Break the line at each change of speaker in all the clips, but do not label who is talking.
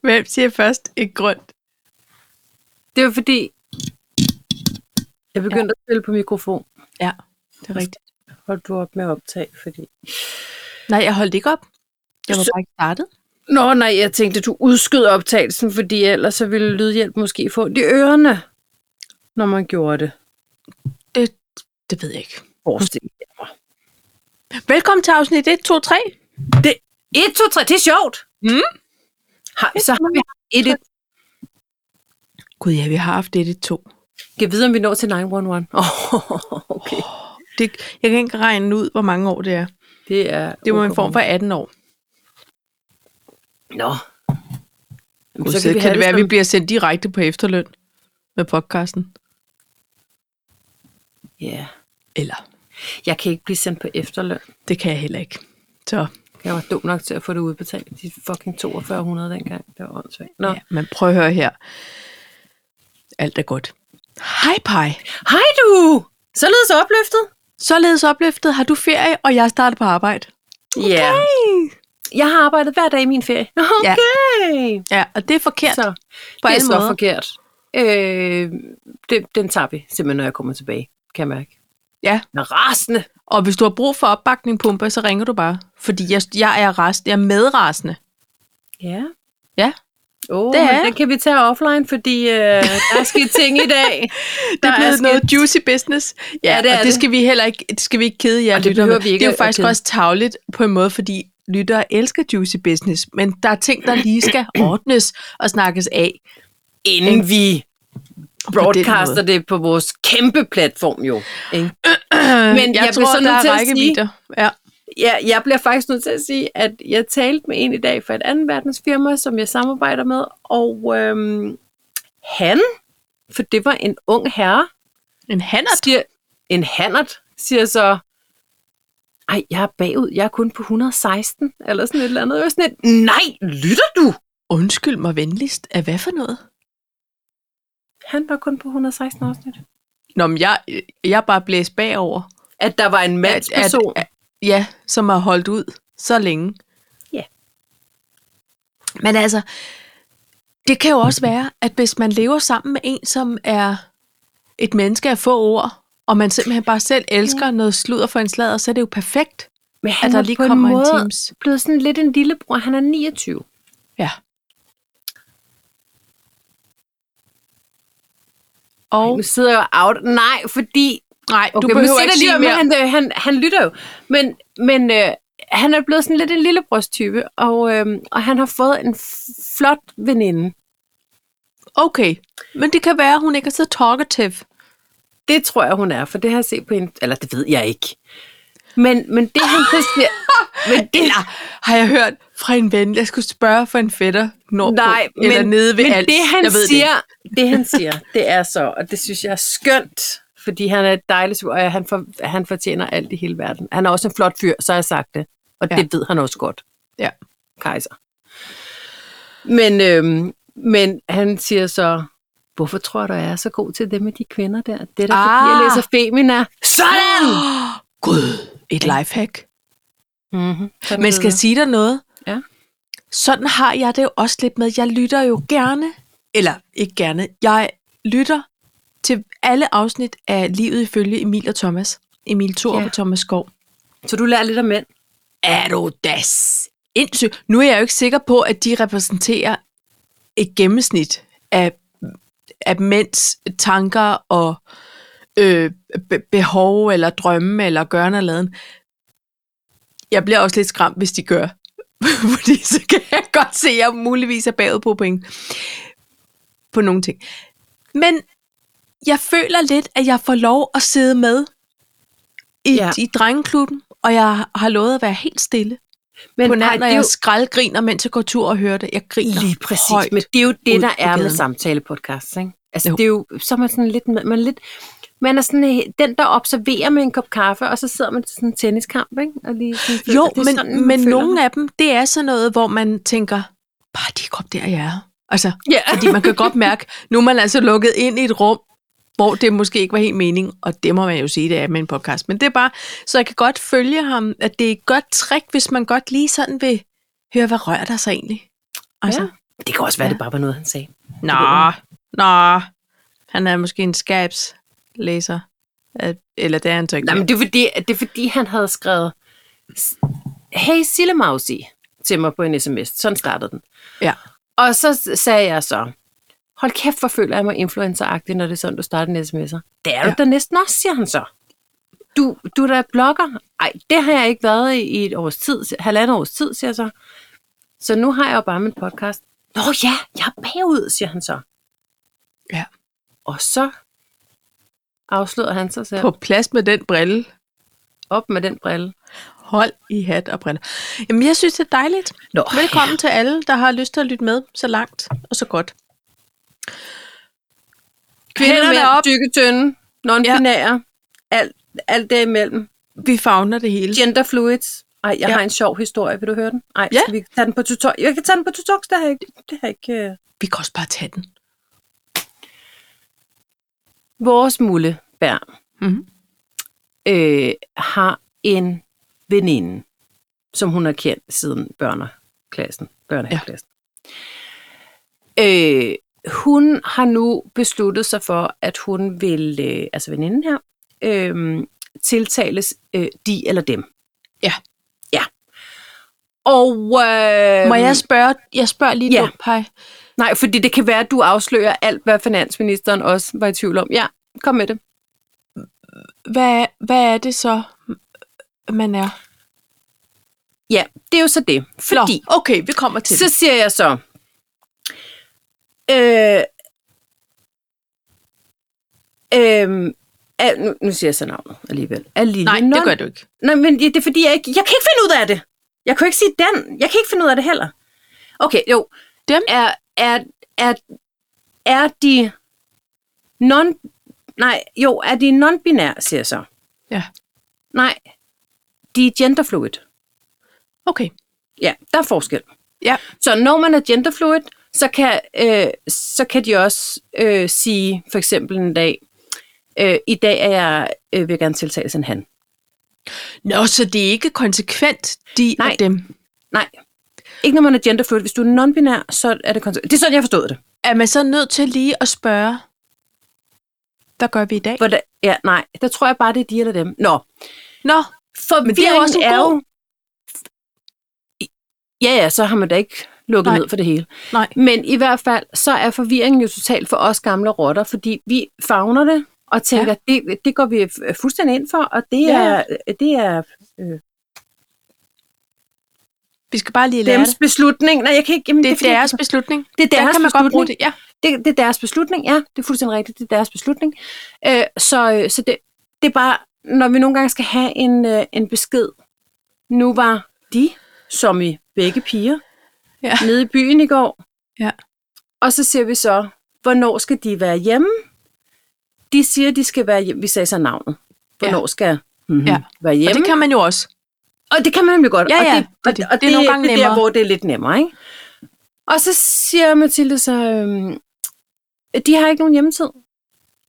Hvem siger først et grønt?
Det var fordi, jeg begyndte ja. at spille på mikrofon.
Ja, det er rigtigt.
Holdt du op med at optage, fordi...
Nej, jeg holdt ikke op. Jeg var
Så-
bare ikke startet.
Nå nej, jeg tænkte, du udskød optagelsen, fordi ellers så ville lydhjælp måske få de ørerne, når man gjorde det.
Det ved jeg ikke.
Forestil jer.
Velkommen til afsnit 1, 2, 3.
1, 2, 3, det er sjovt. Hmm?
Mm.
Har, så har vi et, et.
Gud ja, vi har haft 1, 1, 2.
Kan vide, om vi når til 911. Oh, okay.
Det, jeg kan ikke regne ud, hvor mange år det er.
Det er,
Det var en form for 18 år.
Nå. Jamen,
Gud, så kan, kan det være, at vi bliver sendt direkte på efterløn med podcasten.
som- Ja.
Eller,
Jeg kan ikke blive sendt på efterløn.
det kan jeg heller ikke. Så
Jeg var dum nok til at få det udbetalt. De fucking 4200 dengang. Det var åndssvagt. Nå.
ja, men prøv at høre her. Alt er godt. Hej, Pai.
Hej du! Således opløftet.
Således opløftet har du ferie, og jeg starter på arbejde.
Ja. Yeah. Jeg har arbejdet hver dag i min ferie.
Ja.
Okay.
Ja, og det er forkert.
Så,
på
det er
alle
så
måder.
forkert. Øh, det, den tager vi simpelthen, når jeg kommer tilbage. Kan jeg mærke.
Ja.
Jeg er rasende.
Og hvis du har brug for opbakning, Pumpe, så ringer du bare. Fordi jeg, jeg er rast, jeg er medrasende.
Ja.
Ja.
Oh,
Det
det
er
er.
jeg.
Den kan vi tage offline, fordi øh, der er sket ting i dag.
Det er blevet noget juicy business. Ja, ja det, er og det, skal vi heller ikke, det skal vi ikke kede jer
Og det
lyttere
behøver
med.
vi ikke
det er jo
at
faktisk
kede.
også tavligt på en måde, fordi lyttere elsker juicy business, men der er ting, der lige skal ordnes og snakkes af.
Inden vi
Og på den
broadcaster
måde.
det på vores kæmpe platform jo. Ikke?
Men Øh, jeg,
jeg
jeg tror,
bliver
der
så nødt til
er
at
rækkevidder. Ja.
Ja, jeg bliver faktisk nødt til at sige, at jeg talte med en i dag fra et andet verdensfirma, som jeg samarbejder med, og øhm, han, for det var en ung herre,
En hannert.
siger, en hannert, siger så, ej, jeg er bagud, jeg er kun på 116, eller sådan et eller andet. Jeg var sådan et, nej, lytter du?
Undskyld mig venligst. Er hvad for noget?
Han var kun på 116 afsnit.
Nå, men jeg, jeg er bare blæst bagover.
At der var en mandsperson.
at, ja, som har holdt ud så længe.
Ja.
Men altså, det kan jo også være, at hvis man lever sammen med en, som er et menneske af få ord, og man simpelthen bare selv elsker noget sludder for en sladder, så er det jo perfekt,
Men
at der
er
lige
på en
kommer en,
måde
Teams.
blevet sådan lidt en lillebror. Han er 29.
Ja. Og
Nu sidder jeg jo out. Nej, fordi
nej,
Okay,
du behøver
men
ikke
lige,
sige
om, at
mere.
Han, øh, han, han lytter jo. Men, men øh, han er blevet sådan lidt en lillebrorstype, og, øh, og han har fået en f- flot veninde.
Okay, men det kan være, at hun ikke er så talkative.
Det tror jeg, hun er, for det har jeg set på en... Eller det ved jeg ikke. Men, men det, han så siger... Men det,
Eller har jeg hørt fra en ven, jeg skulle spørge for en fætter nordpå,
nej, men,
eller nede ved
men
alt.
det, han
jeg ved
siger,
Det.
det. det, han siger, det er så, og det synes jeg er skønt, fordi han er et dejligt, og han, for, han fortjener alt i hele verden. Han er også en flot fyr, så har jeg sagt det. Og
Ja.
ja. det ved han også godt.
Ja.
kejser. Men, øhm, men han siger så, hvorfor tror du, jeg er så god til det med de kvinder der? Det er da, ah. fordi
Ah.
jeg læser Femina. Sådan!
Gud, et lifehack.
Mm-hmm.
Men skal jeg sige dig noget?
Ja.
Sådan har jeg det jo også lidt med. Jeg lytter jo gerne, eller ikke gerne, jeg lytter til alle afsnit af Livet ifølge Emil og Thomas. Emil Thor ja.
Ja.
og Thomas Skov.
Så du lærer lidt om mænd?
Er du da sindssyg? Nu er jeg jo ikke sikker på, at de repræsenterer et gennemsnit af, af mænds tanker og øh, be- behov eller drømme eller gøren og laden. Jeg bliver også lidt skræmt, hvis de gør. Fordi så kan jeg godt se, at jeg muligvis er bagud på point. På nogle ting. Men jeg føler lidt, at jeg får lov at sidde med i, ja.
Ja.
i drengeklubben, og jeg har lovet at være helt stille
Men
på nær,
nej,
når
det er
jeg
jo
skraldgriner, mens jeg går tur og hører det. Jeg griner
lige præcis,
højt.
men det er jo
ud
det, der
på
er med
gaden.
samtalepodcasts, ikke? Altså,
Jo.
jo. det er jo, så er man sådan lidt, med- man er lidt, man er sådan øh, den, der observerer med en kop kaffe, og så sidder man til sådan en tenniskamp, ikke? Og lige sådan, føler-
Jo,
det er
men,
sådan, man
men
føler det.
nogle af dem, det er sådan noget, hvor man tænker, bare de kom der, jeg er. Altså,
Ja.
fordi man kan godt mærke, nu er man altså lukket ind i et rum, hvor det måske ikke var helt mening, og det må man jo sige, det er med en podcast. Men det er bare, så jeg kan godt følge ham, at det er et godt trick, hvis man godt lige sådan vil høre, hvad rører der sig egentlig. Altså,
Ja. Det kan også være,
Ja.
ja. det bare var noget, han sagde.
Nå, nå. Han er måske en skabslæser. At- Eller det er han så ikke.
Nej, men det er fordi, det er fordi han havde skrevet, hey Sillemausi, til mig på en sms. Sådan startede den.
Ja.
Og så s- sagde jeg så, hold kæft, hvor føler jeg mig influenceragtig, når det er sådan, du starter en sms'er. Det er du
Ja.
da næsten også, siger han så. Du, du er da blogger. Ej, det har jeg ikke været i, i et års tid, halvandet års tid, siger jeg så. Så nu har jeg jo bare min podcast. Nå ja, jeg er bagud, siger han så.
Ja.
Og så afslører han sig selv
På plads med den brille.
op med den brille.
Hold i hat og briller. Jamen, jeg synes, det er dejligt.
Nå,
Velkommen til alle, der har lyst til at lytte med så langt og så godt.
Kvinder,
Hænderne
mænd,
op.
op. tykke, tynde, non-binære, ja. alt, alt det imellem.
Vi favner det hele.
Gender fluids. Ej, jeg
Ja.
ja. har en sjov historie, vil du høre den? Ej,
Ja.
ja. skal vi tage den på tutor? Jeg kan tage den på tutor, det har jeg ikke. Det har jeg ikke øh.
Vi kan også bare tage den.
Vores mullebær
Mhm.
øh, har en veninde, som hun har kendt siden børneklassen. børnehaveklassen. Ja. Øh, hun har nu besluttet sig for, at hun vil, øh, altså veninden her, øh, tiltales øh, de eller dem.
Ja.
Ja. Og øh,
Må jeg spørge? Jeg spørger lige
ja.
nu, Paj.
Nej, fordi det kan være, at du afslører alt, hvad finansministeren også var i tvivl om. Ja, kom med det.
Hvad, hvad er det så, man er?
Ja, det er jo så det. Fordi,
Nå, okay, vi kommer til
så
det.
siger jeg så, øh, øh, al, nu, nu siger jeg så navnet alligevel. Alilje
Nej, det gør du ikke.
Nej, men det er fordi, jeg ikke, jeg kan ikke finde ud af det. Jeg kan jo ikke sige den. Jeg kan ikke finde ud af det heller. Okay, jo.
Dem?
Er, er, er, er de non... Nej, jo, er de non-binære, siger jeg så.
Ja.
Nej, de er genderfluid.
Okay.
Ja, der er forskel.
Ja.
Så når man er genderfluid, så kan, øh, så kan de også øh, sige, for eksempel en dag, øh, i dag er jeg, øh, vil jeg gerne tiltales en han.
Nå, så det er ikke konsekvent, de
Nej.
og dem.
Nej, ikke når man er genderfluid. Hvis du er non-binær, så er det kons- Det er sådan, jeg forstod det.
Er man så nødt til lige at spørge, hvad gør vi i dag?
Hvordan? Ja, nej, der tror jeg bare, det er de eller dem. Nå,
Nå,
for
Men det er jo også en god-
Ja, ja, så har man da ikke lukket
Nej.
nej. ned for det hele.
nej.
Men i hvert fald, så er forvirringen jo totalt for os gamle rotter, fordi vi fagner det og tænker, ja. det, det går vi øh, fuldstændig ind for, og det
Ja.
ja. er, det er
Vi skal bare lige lære
dems
det.
beslutning. Nej, jeg kan ikke... Jamen,
Det er
fordi-
deres beslutning.
Det er
Der
deres
kan man godt
beslutning.
bruge det. Ja.
det, det er deres beslutning, ja, det er fuldstændig rigtigt, det er deres beslutning. Øh, så øh, så det, det er bare, når vi nogle gange skal have en, øh, en besked, nu var de, som i begge piger,
Ja.
ja. nede i byen i går,
Ja.
og så siger vi så, hvornår skal de være hjemme? De siger, de skal være hjemme, vi sagde så navnet, hvornår ja. skal mm-hmm,
Ja.
ja. være
Og
hjemme?
det kan man jo også.
Og det kan man nemlig godt.
Ja,
og
ja,
det, og,
det er det.
og det, er nogle gange det er
nemmere.
der, hvor det er lidt nemmere, ikke? Og så siger Mathilde så, øhm, de har ikke nogen hjemmetid.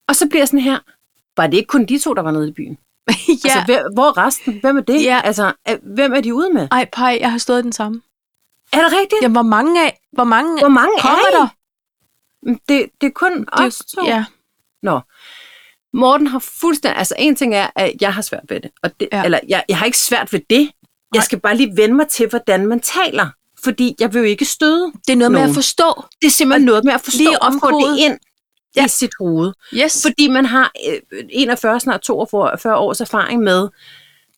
Og så bliver jeg sådan her, var det ikke kun de to, der var nede i byen?
ja.
Altså, hvem, hvor er resten? Hvem er det?
Ja.
Altså, øh, hvem er de ude med?
Ej, pej, jeg har stået i den samme.
Er det rigtigt?
Jamen, hvor mange af? Hvor mange
Hvor mange
kommer
er I?
der?
Det, det er kun det, os to.
ja.
Nå. Morten har fuldstændig... Altså, en ting er, at jeg har svært ved det. Og det
Ja.
ja. Eller, jeg, jeg har ikke svært ved det. Jeg skal bare lige vende mig til, hvordan man taler. Fordi jeg vil jo ikke støde.
Det er noget med
Nogen.
at forstå.
Det er simpelthen noget med at forstå
lige
lige og få
omkodet.
det ind ja. i sit hoved.
Yes, for
Fordi man har øh, 41, snart 42 års erfaring med,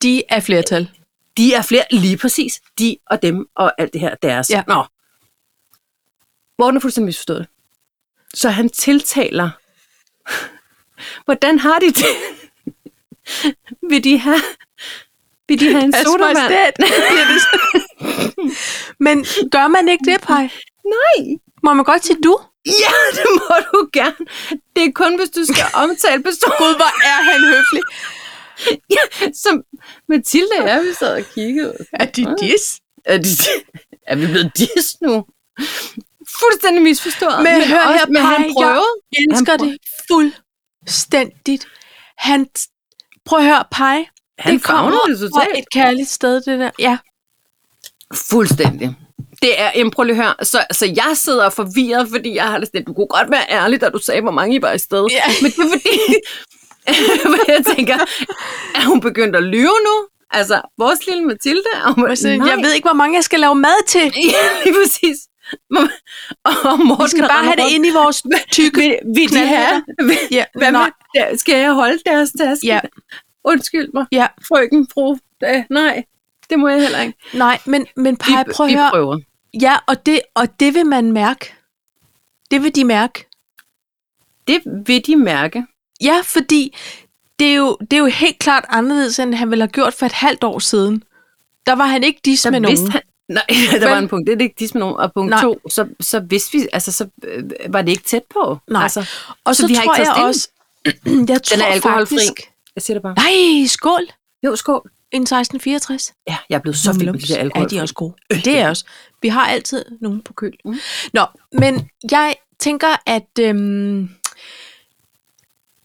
de er flertal.
de er flere, lige præcis, de og dem og alt det her deres.
Ja.
Nå. Morten har fuldstændig misforstået det. Så han tiltaler. Hvordan har de det? Vil de have, vil de have en sodavand?
Men gør man ikke det, Paj?
Nej.
Må man godt sige du?
Ja, det må du gerne. Det er kun, hvis du skal omtale personen.
Gud, hvor er han høflig.
som Mathilde og jeg, vi sad og kiggede.
Er de dis?
Er, Øh, de, er vi blevet dis nu? Fuldstændig misforstået.
Men hør her,
men
Paj,
han
jeg-
prøvede.
Jeg elsker
Han prøver-
det fuldstændigt. Han... Prøv at høre, Pej.
Han
det kommer
favner det
fra
totalt.
et kærligt sted, det der. Ja,
Fuldstændig. Det er improlihør. Så, så jeg sidder forvirret, fordi jeg har det sådan, du kunne godt være ærlig, da du sagde, hvor mange I var i sted.
Ja.
Men det er fordi, hvor jeg tænker, er hun begyndt at lyve nu? Altså, vores lille Mathilde? Og, hun-
Altså, jeg
nej.
ved ikke, hvor mange jeg skal lave mad til.
Ja, lige præcis. Og Morten
Vi skal bare have det ind i vores tykke.
Vil, vil de
knaldhætter.
have? Vil,
Ja,
hvad
nej.
med, der- skal jeg holde deres taske?
Ja.
Undskyld mig,
Ja,
frøken, fru. Da, nej, det må jeg heller ikke.
nej, men, men Paj, prøv at
vi
høre.
prøver.
Ja, og det, og det vil man mærke. Det vil de mærke.
Det vil de mærke.
Ja, fordi det er, jo, det er jo helt klart anderledes, end han ville have gjort for et halvt år siden. Der var han ikke dis med nogen.
vidste han, nej, der var
Vel?
en punkt. Det er det ikke dis med nogen. Og punkt
Nej.
nej. to, så, så vidste vi, altså, så øh, var det ikke tæt på.
Nej.
Altså,
Og så,
Så vi har
tror
ikke taget
jeg
stilling?
også... jeg tror
den er alkoholfri.
Faktisk,
Jeg siger det bare.
nej, skål!
Jo, skål.
En 1664.
Ja, jeg er blevet så vild med de der
Ja,
alkohol.
de er også gode. Det er også. Vi har altid nogen på køl.
Mm.
Nå, men jeg tænker, at øhm,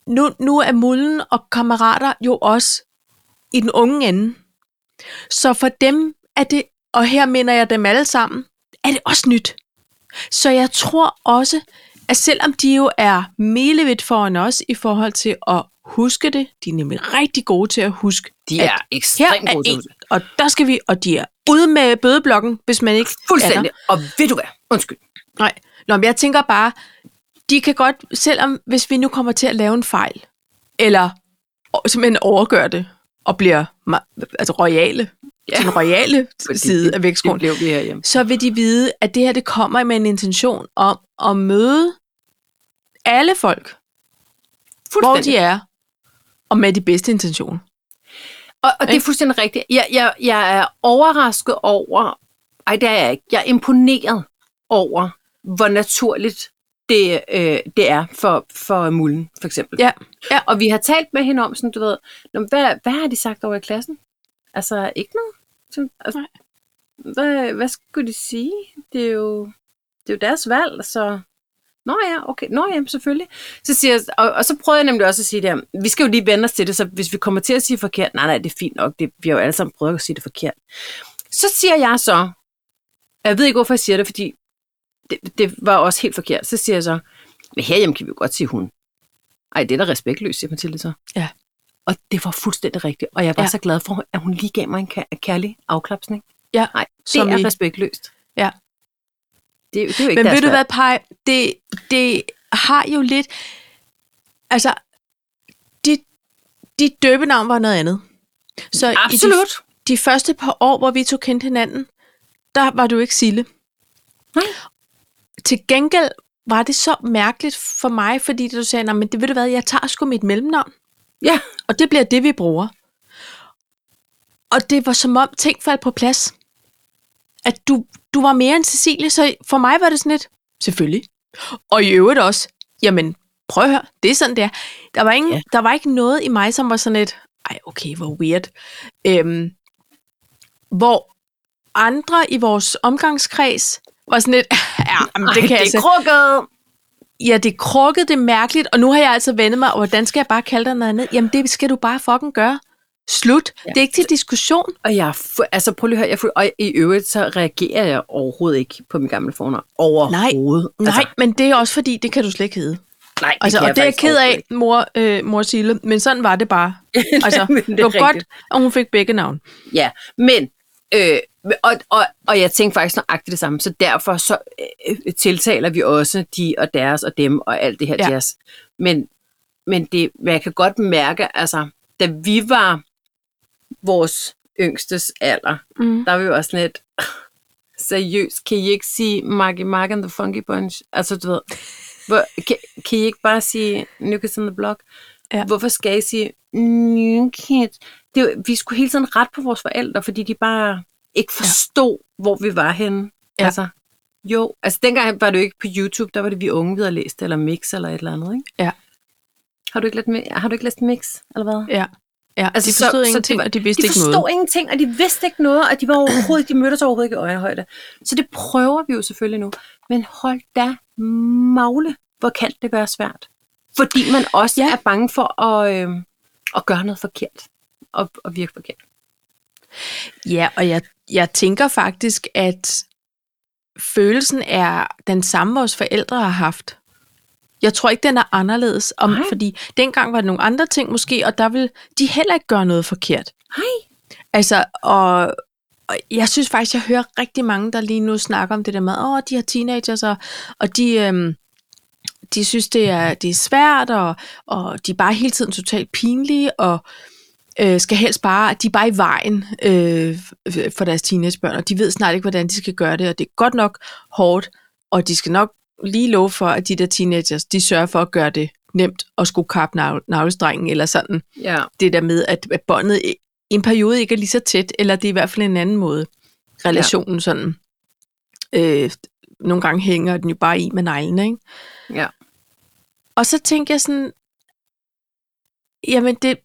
nu, nu er Mullen og kammerater jo også i den unge ende. Så for dem er det, og her minder jeg dem alle sammen, er det også nyt. Så jeg tror også, at selvom de jo er milevidt foran os i forhold til at huske det, de er nemlig rigtig gode til at huske
de
at
er
her
ekstremt
er
gode til
en, og der skal vi, og de er ude med bødeblokken, hvis man ikke Er der.
Fuldstændig. Og ved du hvad? Undskyld.
Nej, Nå, men jeg tænker bare, de kan godt, selvom hvis vi nu kommer til at lave en fejl, eller o- simpelthen overgør det, og bliver ma- altså royale, ja.
Ja.
til den royale side af vægtskolen,
blev vi herhjemme.
så vil de vide, at det her det kommer med en intention om at møde alle folk, hvor
Fuldstændig.
de er, og med de bedste intentioner.
Og, og det er
Ikke?
fuldstændig rigtigt. Jeg, jeg, jeg er overrasket over, ej det er jeg ikke, jeg er imponeret over, hvor naturligt det, øh, det er for, for mulden, for eksempel.
Ja. Ja.
Og vi har talt med hende om, sådan, du ved, "Nå, men hvad, hvad har de sagt over i klassen? Altså, ikke noget? Sådan, altså, hvad, hvad skulle de sige? Det er jo, det er jo deres valg, så... Nå ja, okay. Nå ja, selvfølgelig. Så siger jeg, og, og, så prøver jeg nemlig også at sige det her. Vi skal jo lige vende os til det, så hvis vi kommer til at sige forkert, nej, nej, det er fint nok. Det, vi har jo alle sammen prøvet at sige det forkert. Så siger jeg så, jeg ved ikke, hvorfor jeg siger det, fordi det, det var også helt forkert. Så siger jeg så, men herhjemme kan vi jo godt sige hun. Ej, det er da respektløst, siger Mathilde så.
Ja.
Og det var fuldstændig rigtigt. Og jeg var
Ja.
ja. så glad for, at hun lige gav mig en kær- kærlig afklapsning.
Ja,
Nej, det
som
er
i-
respektløst.
Ja.
Det, er jo- det er jo ikke
Men
deres
ved du
valg.
hvad, Paj? Det, det har jo lidt... Altså, dit, dit døbenavn var noget andet. Så I
Absolut.
de, de første par år, hvor vi to kendte hinanden, der var du ikke Sille.
Nej.
Til gengæld var det så mærkeligt for mig, fordi du sagde, "Nå, men det ved du hvad, jeg tager sgu mit mellemnavn.
Ja.
Og det bliver det, vi bruger. Og det var som om ting faldt på plads. At du, du var mere end Cecilie, så for mig var det sådan lidt, selvfølgelig. Og i øvrigt også, jamen prøv at høre, det er sådan det er. Der var, ingen, ja.
Ja.
der var ikke noget i mig, som var sådan lidt, ej okay, hvor weird. Øhm, hvor andre i vores omgangskreds var sådan lidt, ja, men det
Ej,
kan jeg
det
altså
er krukket.
ja, det krukkede, det er mærkeligt, og nu har jeg altså vendet mig, og hvordan skal jeg bare kalde dig noget andet? Jamen, det skal du bare fucking gøre. Slut. Ja.
Ja.
Det er ikke til diskussion.
Og jeg, er fu- altså prøv lige at høre, jeg er fu- og i øvrigt så reagerer jeg overhovedet ikke på min gamle fornavn. Overhovedet.
Altså,
Altså,
Nej, men det er også fordi, det kan du slet ikke hedde.
nej det
Altså,
kan
det og det er jeg
faktisk
ked
overhovedet
af, mor, øh, mor Sille, men sådan var det bare. Altså,
Men det
det,
er
det var godt,
rigtigt.
og hun fik begge navn.
ikke. Ja, men, øh, og, og, og jeg tænkte faktisk nøjagtigt det samme, så derfor så øh, øh, tiltaler vi også de og deres og dem og alt det her
Ja.
ja. jazz. Men, men, det, men jeg kan godt mærke, altså, da vi var vores yngstes alder,
Mm.
der var vi jo også sådan lidt, seriøst, kan I ikke sige Marky Mark and the Funky Bunch? Altså, du ved, hvor, kan, kan I ikke bare sige New Kids on the Block?
Ja.
Hvorfor skal I sige New Kids? Det, er jo- vi skulle hele tiden ret på vores forældre, fordi de bare ikke forstod, ja. hvor vi var henne.
Ja.
Altså, jo, altså dengang var det jo ikke på YouTube, der var det vi unge, vi havde læst, eller Mix, eller et eller andet, ikke?
Ja.
Har du ikke læst, Mi- har du ikke læst Mix, eller hvad?
Ja. ja. Altså,
Altså,
de
så-
forstod
så
så,
det
ingenting,
var-
og de vidste
de
ikke
forstod
noget.
ingenting, og de vidste ikke noget, og de var overhovedet, de mødtes overhovedet ikke i øjenhøjde. Så det prøver vi jo selvfølgelig nu. Men hold da magle, hvor kan det være svært? Fordi man også
Ja.
ja. er bange for at, øh, at gøre noget forkert. Og, og virke forkert.
Ja, og jeg, jeg tænker faktisk, at følelsen er den samme, vores forældre har haft. Jeg tror ikke, den er anderledes, om,
Nej.
fordi dengang var det nogle andre ting måske, og der ville de heller ikke gøre noget forkert.
Hej.
Altså, og, og jeg synes faktisk, jeg hører rigtig mange, der lige nu snakker om det der med, åh, de har teenagers, og, og de, øhm, de synes, det er, det er svært, og, og de er bare hele tiden totalt pinlige, og øh, skal helst bare, de er bare i vejen øh, for deres teenagebørn, og de ved snart ikke, hvordan de skal gøre det, og det er godt nok hårdt, og de skal nok lige love for, at de der teenagers, de sørger for at gøre det nemt at skulle kappe navl- navlestrengen, eller sådan
Ja.
det der med, at, at båndet i i en periode ikke er lige så tæt, eller det er i hvert fald en anden måde. Relationen ja. sådan. Øh, nogle gange hænger den jo bare i med neglene, ikke?
Ja.
Og så tænker jeg sådan, jamen det,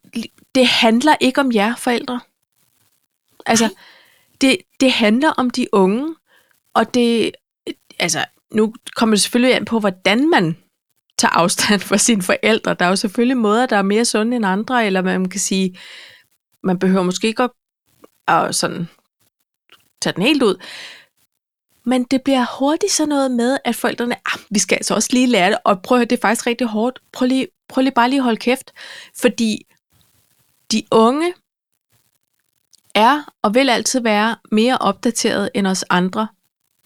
det handler ikke om jer forældre. Altså, det, det handler om de unge, og det, altså, nu kommer det selvfølgelig an på, hvordan man tager afstand fra sine forældre. Der er jo selvfølgelig måder, der er mere sunde end andre, eller man kan sige, man behøver måske ikke at, at sådan tage den helt ud. Men det bliver hurtigt sådan noget med, at forældrene, ah, vi skal altså også lige lære det, og prøv at høre, det er faktisk rigtig hårdt. Prøv lige, prøv lige bare lige at holde kæft. Fordi de unge er og vil altid være mere opdateret end os andre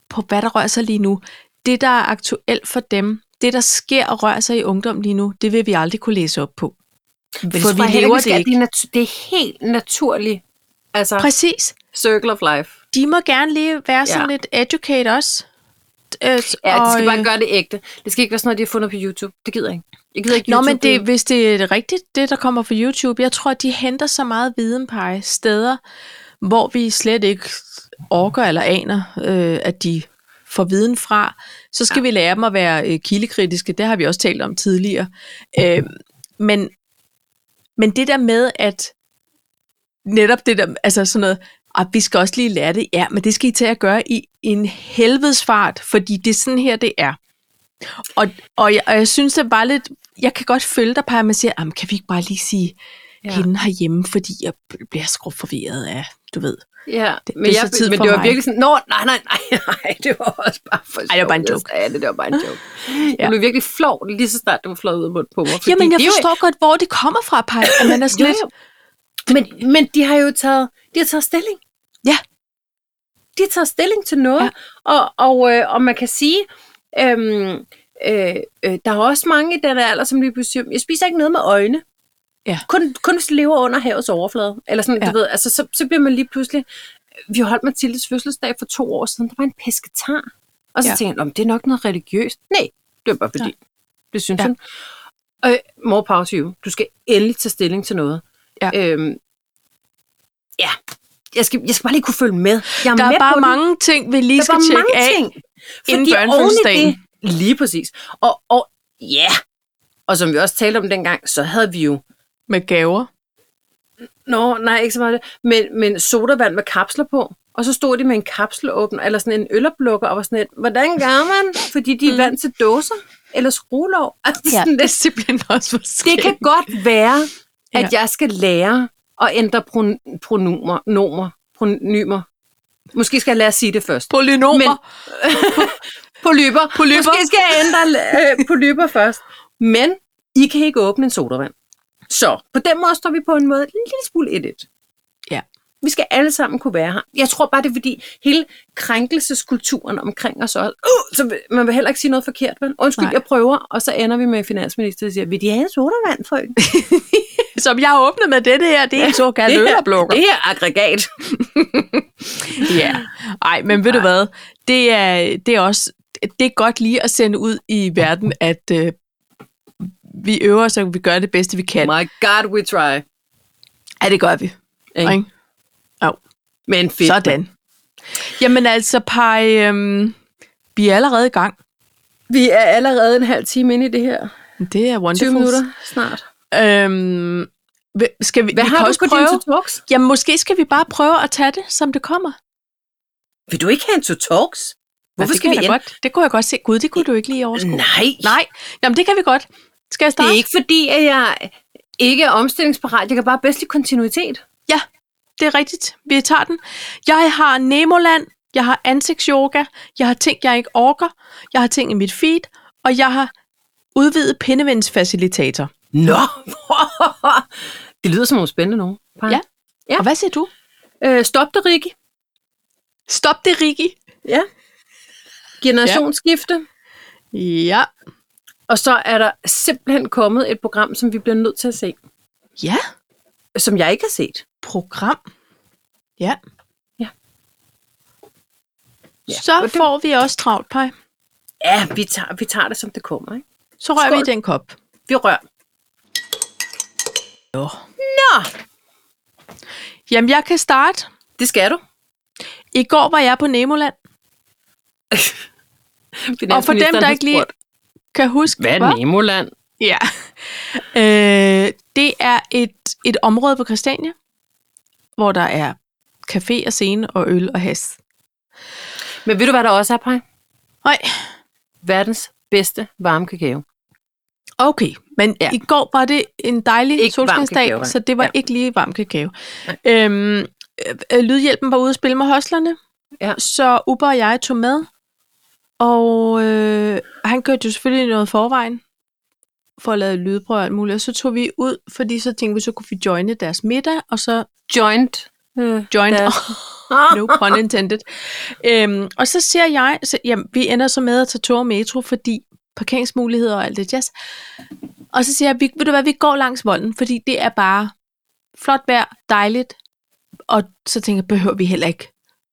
på, hvad der rører sig lige nu. Det, der er aktuelt for dem, det, der sker og rører sig i ungdom lige nu, det vil vi aldrig kunne læse op på.
For vi lever det ikke. Det er, natu- det er helt naturligt. Altså,
Præcis.
circle of life.
de må gerne lige være ja. sådan
Ja.
lidt educate også. Øh, ja, de
Ja, de skal bare gøre det ægte. Det skal ikke være sådan noget, de har fundet på YouTube. Det gider jeg ikke. Jeg gider ikke
Nå,
YouTube.
men det, hvis det er rigtigt, det der kommer fra YouTube, jeg tror, de henter så meget viden på steder, hvor vi slet ikke orker eller aner, øh, at de får viden fra. Så skal ja. vi lære dem at være øh, kildekritiske, det har vi også talt om tidligere. Øh, men, men det der med, at netop det der, altså sådan noget, at vi skal også lige lære det, ja, men det skal I til at gøre i en helvedesfart, fordi det er sådan her, det er. Og, og, jeg, og jeg synes, det var lidt... Jeg kan godt følge dig, Paj, at man siger, "Jamen, kan vi ikke bare lige sige ja. hende herhjemme, fordi jeg bl- bliver skrubt forvirret af, du ved.
Ja,
Det-
men,
det er
jeg,
så tid
men
for
det var
mig.
virkelig sådan, Nå, nej, nej, nej, nej, det var også bare for
Ej, det var bare en
sjov,
joke.
jeg sagde det, det var bare en joke. ja. Jeg blev virkelig flov, lige så snart det var flået ud af munden på mig.
Fordi Jamen, jeg
det er jo-
forstår jo... godt, hvor det kommer fra, Paj, at man er sådan
Jo,
lidt...
jo. Men, men de har jo taget, de har taget stilling.
Ja.
De har taget stilling til noget,
Ja.
ja. og, og, øh, og man kan sige, øhm, øh, øh, der er også mange i den alder, som lige pludselig siger, jeg spiser ikke noget med øjne.
Ja.
Kun, kun hvis det lever under havets overflade. Eller sådan, ja.
Ja.
du ved, altså, så, så bliver man lige pludselig... Vi holdt Mathildes fødselsdag for to år siden, der var en pesketar. Og så
Ja.
ja. tænkte jeg, "Nå, men det er nok noget religiøst. Nej, det var bare fordi, ja. det synes
Ja.
ja. hun. Øh, more power to you. Du skal endelig tage stilling til noget.
Ja.
Øhm, ja. Jeg skal, jeg skal bare lige kunne følge med. Jeg er
Der
med
er bare
på den.
mange ting, vi lige
Der
skal
var
tjekke af.
mange ting.
inden
Fordi oven i
børnefødselsdagen.
det- Lige præcis. Og, og ja, og som vi også talte om dengang, så havde vi jo
Med gaver.
Nå, nej, ikke så meget. det. Men, men sodavand med kapsler på. Og så stod de med en kapselåbner, eller sådan en øloplukker, og var sådan et, hvordan gør man? Fordi de er vant til dåser, eller skruelov. Altså, Mm. ja. sådan
det
lidt,
er simpelthen også
det
forskelligt.
kan godt være, at
Ja.
ja. jeg skal lære at ændre pron- pronomer, nomer, pronymer. Måske skal jeg lære at sige det først.
Polynomer.
Men- Polyper.
Polyper.
Måske skal jeg ændre øh, polyper først. Men I kan ikke åbne en sodavand. Så på den måde står vi på en måde en lille smule et et.
Ja.
Vi skal alle sammen kunne være her. Jeg tror bare, det er fordi hele krænkelseskulturen omkring os også. Uh, så vil- man vil heller ikke sige noget forkert, vel? Undskyld,
Nej.
Nej. jeg prøver, og så ender vi med en finansminister, der siger, vil de have en sodavand, frøken?
Som jeg har åbnet med det her, det er en såkaldt
det, her,
øloplukker.
det her aggregat.
Ja. Ej, men ved du hvad? Det er, det er også det er godt lige at sende ud i verden, at øh, vi øver os, og vi gør det bedste, vi kan.
Oh My God, we try.
Ja, det gør vi.
Ikke?
Ikke?
Men fedt.
Sådan. Jamen altså, Paj, øhm, vi er allerede i gang.
Vi er allerede en halv time inde i det her. 20
Det er wonderful.
minutter snart.
Øhm, hva- skal vi,
Hvad
vi
har
kan
du
også
på
prøve?
din to-talks?
Jamen, måske skal vi bare prøve at tage det, som det kommer.
Vil du ikke have en to-talks? Hvorfor
det
skal
kan
vi
jeg da
ind?
godt. Det kunne jeg godt se. Gud, det kunne du ikke lige overskue.
Nej,
Nej. Jamen, det kan vi godt. Skal jeg
det
starte?
er ikke fordi, at jeg ikke er omstillingsparat. Jeg kan bare bedst lide kontinuitet.
Ja, det er rigtigt. Vi tager den. Jeg har Nemoland, jeg har ansigtsyoga, jeg har ting, jeg ikke orker, jeg har ting i mit feed, og jeg har udvidet pindevendsfacilitator.
Nå! det lyder som nogle spændende nogen. Paj.
Ja.
Ja.
Og hvad siger du?
Øh, stop det, Rikke.
Stop det, Rikki.
Ja. Generationsskifte. Ja.
Ja.
Og så er der simpelthen kommet et program, som vi bliver nødt til at se.
Ja.
Som jeg ikke har set.
Program. Ja.
Ja. Ja,
Så
og det-
får vi også travlt, Paj.
Ja, vi tager, vi tager det, som det kommer. Ikke?
Så rører vi
Skål.
i den kop.
Vi rører.
Nå.
Nå,
Jamen, jeg kan starte.
det skal du.
I går var jeg på Nemoland, og for dem, der ikke lige kan huske...
Hvad er Nemoland?
Ja. Øh, det er et, et område på Christiania, hvor der er café og scene og øl og has.
Men ved du, hvad der også er, Paj?
Nej,
Verdens bedste varme kakao.
okay. Men
Ja.
ja. i går var det en dejlig
Ikke varm kakao,
solskinsdag,
nej.
så det var
Ja.
ja. ikke lige varm kakao. Øhm, øh, øh, Lydhjælpen var ude at spille med hoslerne,
Ja.
så Uber og jeg tog med. Og øh, han kørte jo selvfølgelig noget forvejen for at lave lydprøver og alt muligt. Og så tog vi ud, fordi så tænkte vi, så kunne vi joine deres middag, og så
Joint. Øh,
joined
Deres-
No pun intended. Øhm, og så siger jeg, så, jamen, vi ender så med at tage tog og metro, fordi parkeringsmuligheder og alt det jazz. Og så siger jeg, vi, ved du hvad, vi går langs volden, fordi det er bare flot vejr, dejligt. Og så tænker jeg, behøver vi heller ikke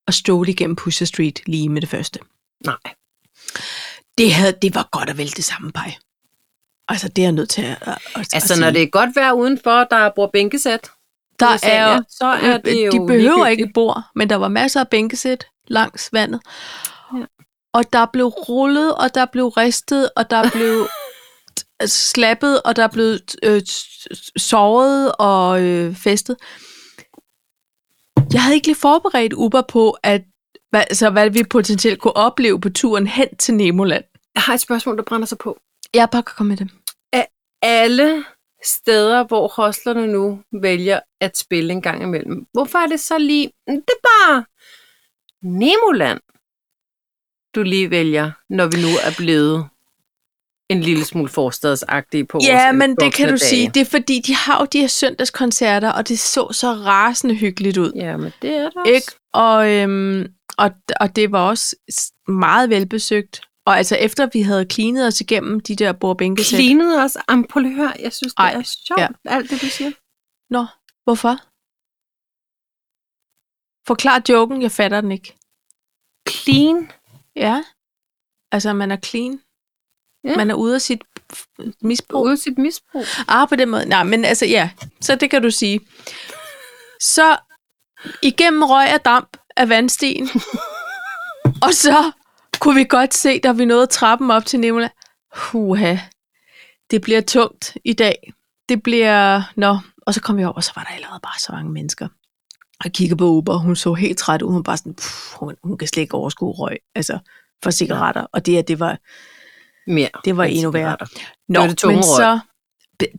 at stole igennem Pusher Street lige med det første.
Nej.
Det, havde, det var godt og vel det samme pej. Altså, det er jeg nødt til at, at, at
Altså,
at
når
sige.
det er godt vejr udenfor, der bruger bænkesæt,
der
USA,
er,
ja, så er Mm, det jo
de behøver
ligegyldigt.
ikke bord, men der var masser af bænkesæt langs vandet.
Ja.
Ja. Og der blev rullet, og der blev ristet, og der blev t- slappet, og der blev øh, s- s- såret og øh, festet. Jeg havde ikke lige forberedt Uber på, at hvad, altså, hvad vi potentielt kunne opleve på turen hen til Nemoland.
Jeg har et spørgsmål, der brænder sig på.
Jeg er bare kan komme med det.
Alle steder, hvor hostlerne nu vælger at spille en gang imellem. Hvorfor er det så lige... Mm, Det er bare Nemoland, du lige vælger, når vi nu er blevet en lille smule forstadsagtige på
Ja,
vores øh,
men det
voksne
kan du
dage.
sige. Det er fordi, de har jo de her søndagskoncerter, og det så så rasende hyggeligt ud.
Ja, men det er det
Ikke?
Ikke?
Og, øhm, og, og det var også s- meget velbesøgt. Og altså efter vi havde cleanet os igennem de der bordbænkesæt.
Cleanede os. Jamen, prøv lige at høre. Jeg synes, det
Ej,
er sjovt,
ja.
alt det, du siger.
Nå, hvorfor? Forklar joken, jeg fatter den ikke.
Clean.
Ja, altså man er clean.
Ja.
Ja. Man er ude af sit misbrug.
Uden sit misbrug.
Ah, på den måde. Nej, men altså, ja. Så det kan du sige. Så igennem røg og damp af vandstien. og så kunne vi godt se, da vi nåede trappen op til Nemola. Huha, det bliver tungt i dag. Det bliver... Nå, og så kom vi over, og så var der allerede bare så mange mennesker. Og jeg kiggede på Uber, og hun så helt træt ud. Hun var bare sådan, "Puh, hun, hun kan slet ikke overskue røg, altså for cigaretter. Og det her, det var,
Mere.
det var
end
endnu værre.
cigaretter.
Nå,
var det tunge
men
røg.
så,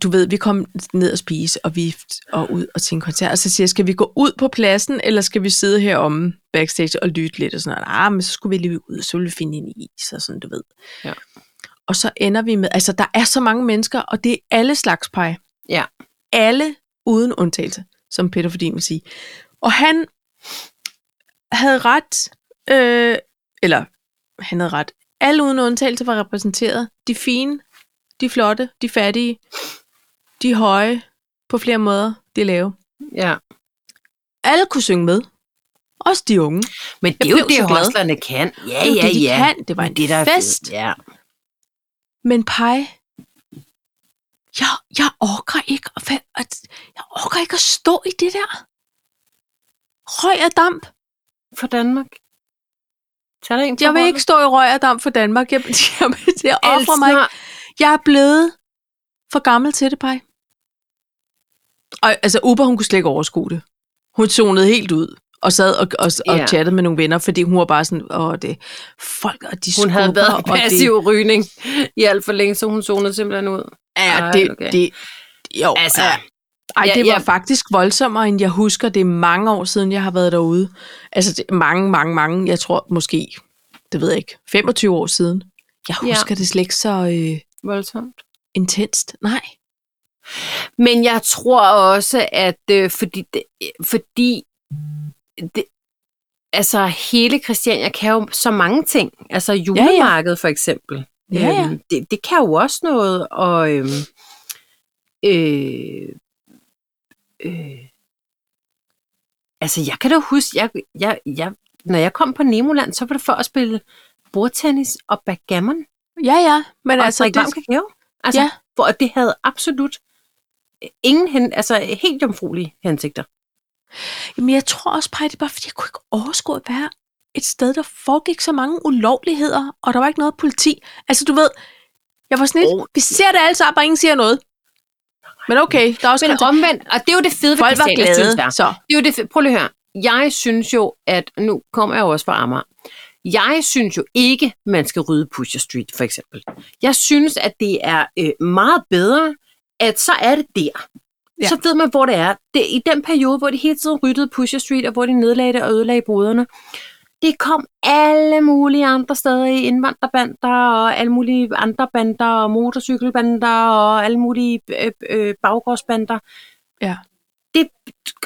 du ved, vi kom ned og spise, og vi og ud og til en koncert, og så siger jeg, skal vi gå ud på pladsen, eller skal vi sidde heromme backstage og lytte lidt, og sådan noget. Ah, men så skulle vi lige ud, så ville vi finde en is, og sådan, du ved.
Ja.
Og så ender vi med, altså der er så mange mennesker, og det er alle slags pej.
Ja.
Alle uden undtagelse, som Peter Fordin vil sige. Og han havde ret, øh, eller han havde ret, alle uden undtagelse var repræsenteret. De fine, de flotte, de fattige, de høje, på flere måder, de lave.
Ja.
Alle kunne synge med. Også de unge.
Men det
Jeg
er jo
blev
det,
så glad.
hostlerne kan. Ja,
Det er jo
ja,
det, de
ja.
kan. Det var
Men
en
der er fedt.
fest.
Ja.
Men pej, jeg, jeg orker ikke at, fa- at, jeg orker ikke at stå i det der. Røg og damp.
For Danmark. Tag dig en
Jeg vil ikke stå i røg og damp for Danmark. Jeg, jeg, jeg offrer mig
mig.
Jeg er blevet for gammel til det, Paj. Og altså, Uber, hun kunne slet ikke overskue det. Hun zonede helt ud og sad og, og, og
Ja.
chattede med nogle venner, fordi hun var bare sådan, åh, det folk, og de
Hun havde
skubber,
været
og
passiv rygning i alt for længe, så hun zonede simpelthen ud.
Det, ja,
Ej,
det,
okay.
det, jo,
Altså,
ja, Ej,
Ja,
det var
ja.
faktisk voldsommere, end jeg husker. Det er mange år siden, jeg har været derude. Altså det er mange, mange, mange. Jeg tror måske, det ved jeg ikke, 25 år siden. Jeg
Ja.
husker ja. det slet ikke så øh,
Voldsomt.
intenst. Nej.
Men jeg tror også, at øh, fordi, det, fordi det, altså hele Christiania kan jo så mange ting. Altså julemarkedet ja, ja. for eksempel.
Ja, ja.
Øhm, det, det kan jo også noget. Og øhm, øh, øh, altså jeg kan da huske, jeg, jeg, jeg, når jeg kom på Nemoland, så var det for at spille bordtennis og backgammon
Ja, ja. Men
og
altså,
drikke varm
det,
kakao. Altså,
Ja.
ja. hvor det havde absolut ingen, hen, altså helt jomfruelige hensigter.
jamen, jeg tror også bare, det er bare, fordi jeg kunne ikke overskue at være et sted, der foregik så mange ulovligheder, og der var ikke noget politi. Altså, du ved, jeg var sådan lidt,
Åh.
oh. vi ser det alle sammen, og ingen siger noget. Men okay, der er også
Men
kontra-
omvendt, og det er jo det fede ved
Folk var
Christiania, synes jeg.
glade, så.
Det er jo det fede. Prøv lige at høre. Jeg synes jo, at nu kommer jeg jo også fra Amager. Jeg synes jo ikke, man skal rydde Pusher Street, for eksempel. Jeg synes, at det er øh, meget bedre, at så er det der.
Ja.
Ja. Så ved man, hvor det er. Det, I den periode, hvor de hele tiden ryddede Pusher Street, og hvor de nedlagde det og ødelagde boderne, det kom alle mulige andre steder i indvandrerbander og alle mulige andre bander og motorcykelbander og alle mulige øh, øh, baggårdsbander.
Ja.
Det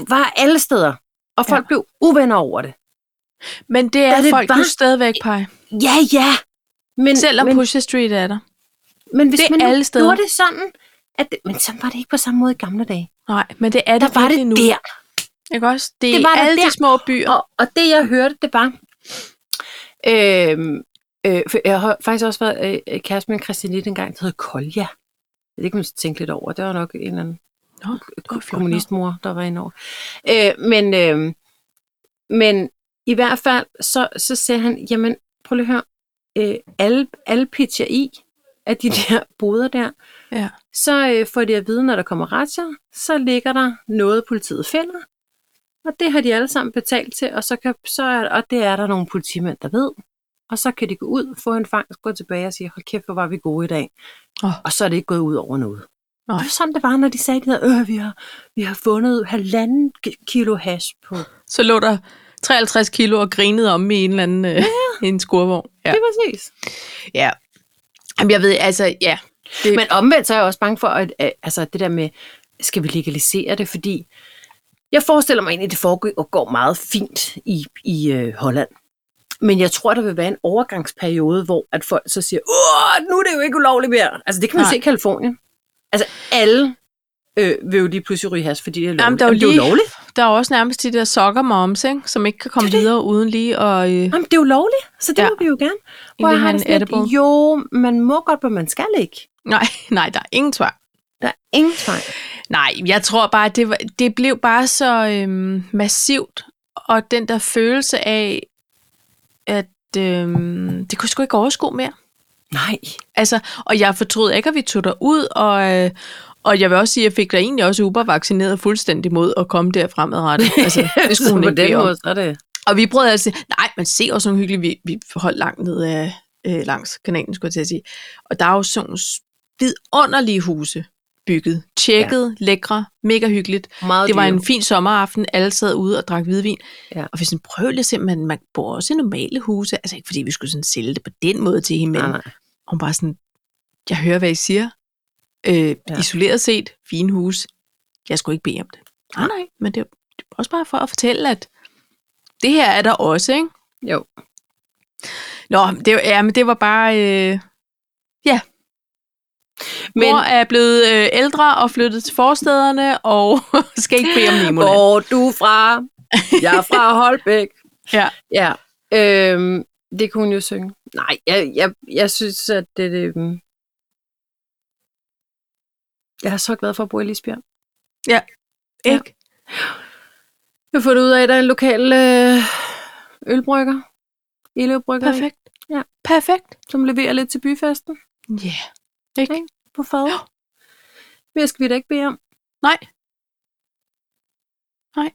var alle steder, og folk
Ja.
ja. blev uvenner over det.
Men det er,
Er
er
det
det folk
bare-
nu stadigvæk, Paj.
Ja, ja. Men,
Selvom
men,
Pusher Street er der.
men hvis
det er
man nu
alle steder.
gjorde det sådan, at, men så var det ikke på samme måde i gamle dage.
Nej, men det er
Der
det
var det
virkelig nu.
der.
Ikke også? Det,
Det
det
var
var
der
alle
der.
de små byer.
Og, og det, jeg hørte, det var... Øhm, øh, for jeg har faktisk også været øh, kæreste med en Christianit engang, der hed Kolja. Det kan man så tænke lidt over. Det var nok en eller anden
Nå,
ko-
var flot
kommunistmor, der var inde over. Øh, men, øh, men i hvert fald, så, så sagde han, jamen, prøv lige at høre, øh, alle, alle pitcher i af de der boder der,
Ja.
så øh, får de at vide, når der kommer razzier, så ligger der noget, politiet finder, og det har de alle sammen betalt til, og, så kan, så er, og det er der nogle politimænd, der ved. Og så kan de gå ud, få en fangst, gå tilbage og sige, hold kæft, hvor var vi gode i dag.
Åh.
Og så er det ikke gået ud over noget.
Nej.
Det var sådan, det var, når de sagde, at øh, vi, har, vi har fundet halvanden ki- kilo hash på.
Så lå der 53 kilo og grinede om i en eller anden øh, en skurvogn.
Ja.
Ja.
Det er præcis.
ja. Jamen, jeg ved, altså, ja. Det,
Men omvendt så er jeg også bange for, at, at altså, det der med, skal vi legalisere det? Fordi jeg forestiller mig egentlig, at det foregår meget fint i, i øh, Holland. Men jeg tror, der vil være en overgangsperiode, hvor at folk så siger, Åh, nu er det jo ikke ulovligt mere. Altså det kan man
Nej.
se i Kalifornien. Altså alle øh, vil jo lige pludselig ryge has, fordi det er lovligt.
Jamen, der er jo
Jamen, det er jo
lige-
lovligt.
der er også nærmest de der sokker moms, ikke? som ikke kan komme
Det er det.
videre uden lige og... Øh,
Jamen, det er jo lovligt, så det
Ja.
ja. må vi jo gerne.
Egentlig
Hvor jeg har
have
det
en
sådan, lidt,
edible.
jo, man må godt, men man skal ikke.
nej, nej, der er ingen tvang.
Der er ingen tvang.
Nej, jeg tror bare, det, var, det blev bare så øhm, massivt, og den der følelse af, at øhm, det kunne sgu ikke overskue mere.
Nej.
Altså, og jeg fortrød ikke, at vi tog derud, og, øh, og jeg vil også sige, at jeg fik da egentlig også ubervaccineret fuldstændig mod at komme der fremadrettet. Altså, det skulle hun
så på
ikke bede
den
om.
måde, så er det...
Og vi prøvede altså, nej, men se også nogle hyggelige, vi, vi holdt langt ned af, øh, langs kanalen, skulle jeg til at sige. Og der er jo sådan nogle vidunderlige huse bygget, tjekket, ja. lækre, mega hyggeligt.
Meget
Det var
dyrt.
en fin sommeraften, alle sad ude og drak hvidvin.
Ja.
Og vi sådan, prøv lige simpelthen, man bor også i normale huse, altså ikke fordi vi skulle sådan sælge det på den måde til hende, men
Nej, nej.
og hun bare sådan, jeg hører, hvad I siger. Øh,
Ja.
ja. Isoleret set, fine hus. Jeg skulle ikke bede om det. Nej, nej, men det er det er også bare for at fortælle, at det her er der også, ikke?
Jo.
Nå, det, var- ja, men det var bare... Øh, ja. Men,
Men-
Mor er blevet øh, ældre og flyttet til forstederne, og skal ikke bede om Nemoland.
Hvor er du fra? Jeg er fra Holbæk.
Ja.
ja. Øhm, det kunne hun jo synge. Nej, jeg, jeg, jeg synes, at det... det øhm, jeg er så glad for at bo i Lisbjerg. ja.
Ikke?
Jeg har fundet ud af, at der er en lokal øh, ølbrygger. Ølbrygger,
Perfekt.
Ja.
Perfekt.
som leverer lidt til byfesten
Ja. Yeah. Ikke?
på fad.
Jo.
Mere skal vi da ikke bede om.
Nej. Nej.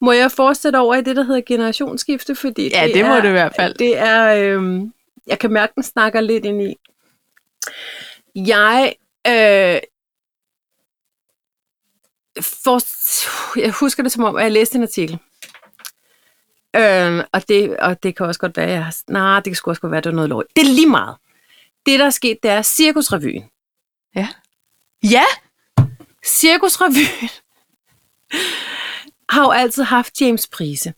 Må jeg fortsætte over i det, der hedder generationsskifte? Fordi
Ja, det, det må
er,
det i hvert fald.
Det er, øhm, jeg kan mærke, den snakker lidt ind i. Jeg, øh, for, jeg husker det som om, at jeg læste en artikel. Øhm, og, det, og det kan også godt være, jeg har... Nej, det kan sgu også godt være, at det var noget lort. Det er lige meget. Det, der er sket, det er Cirkusrevyen.
Ja. Ja!
Cirkusrevyen har jo altid haft James Prise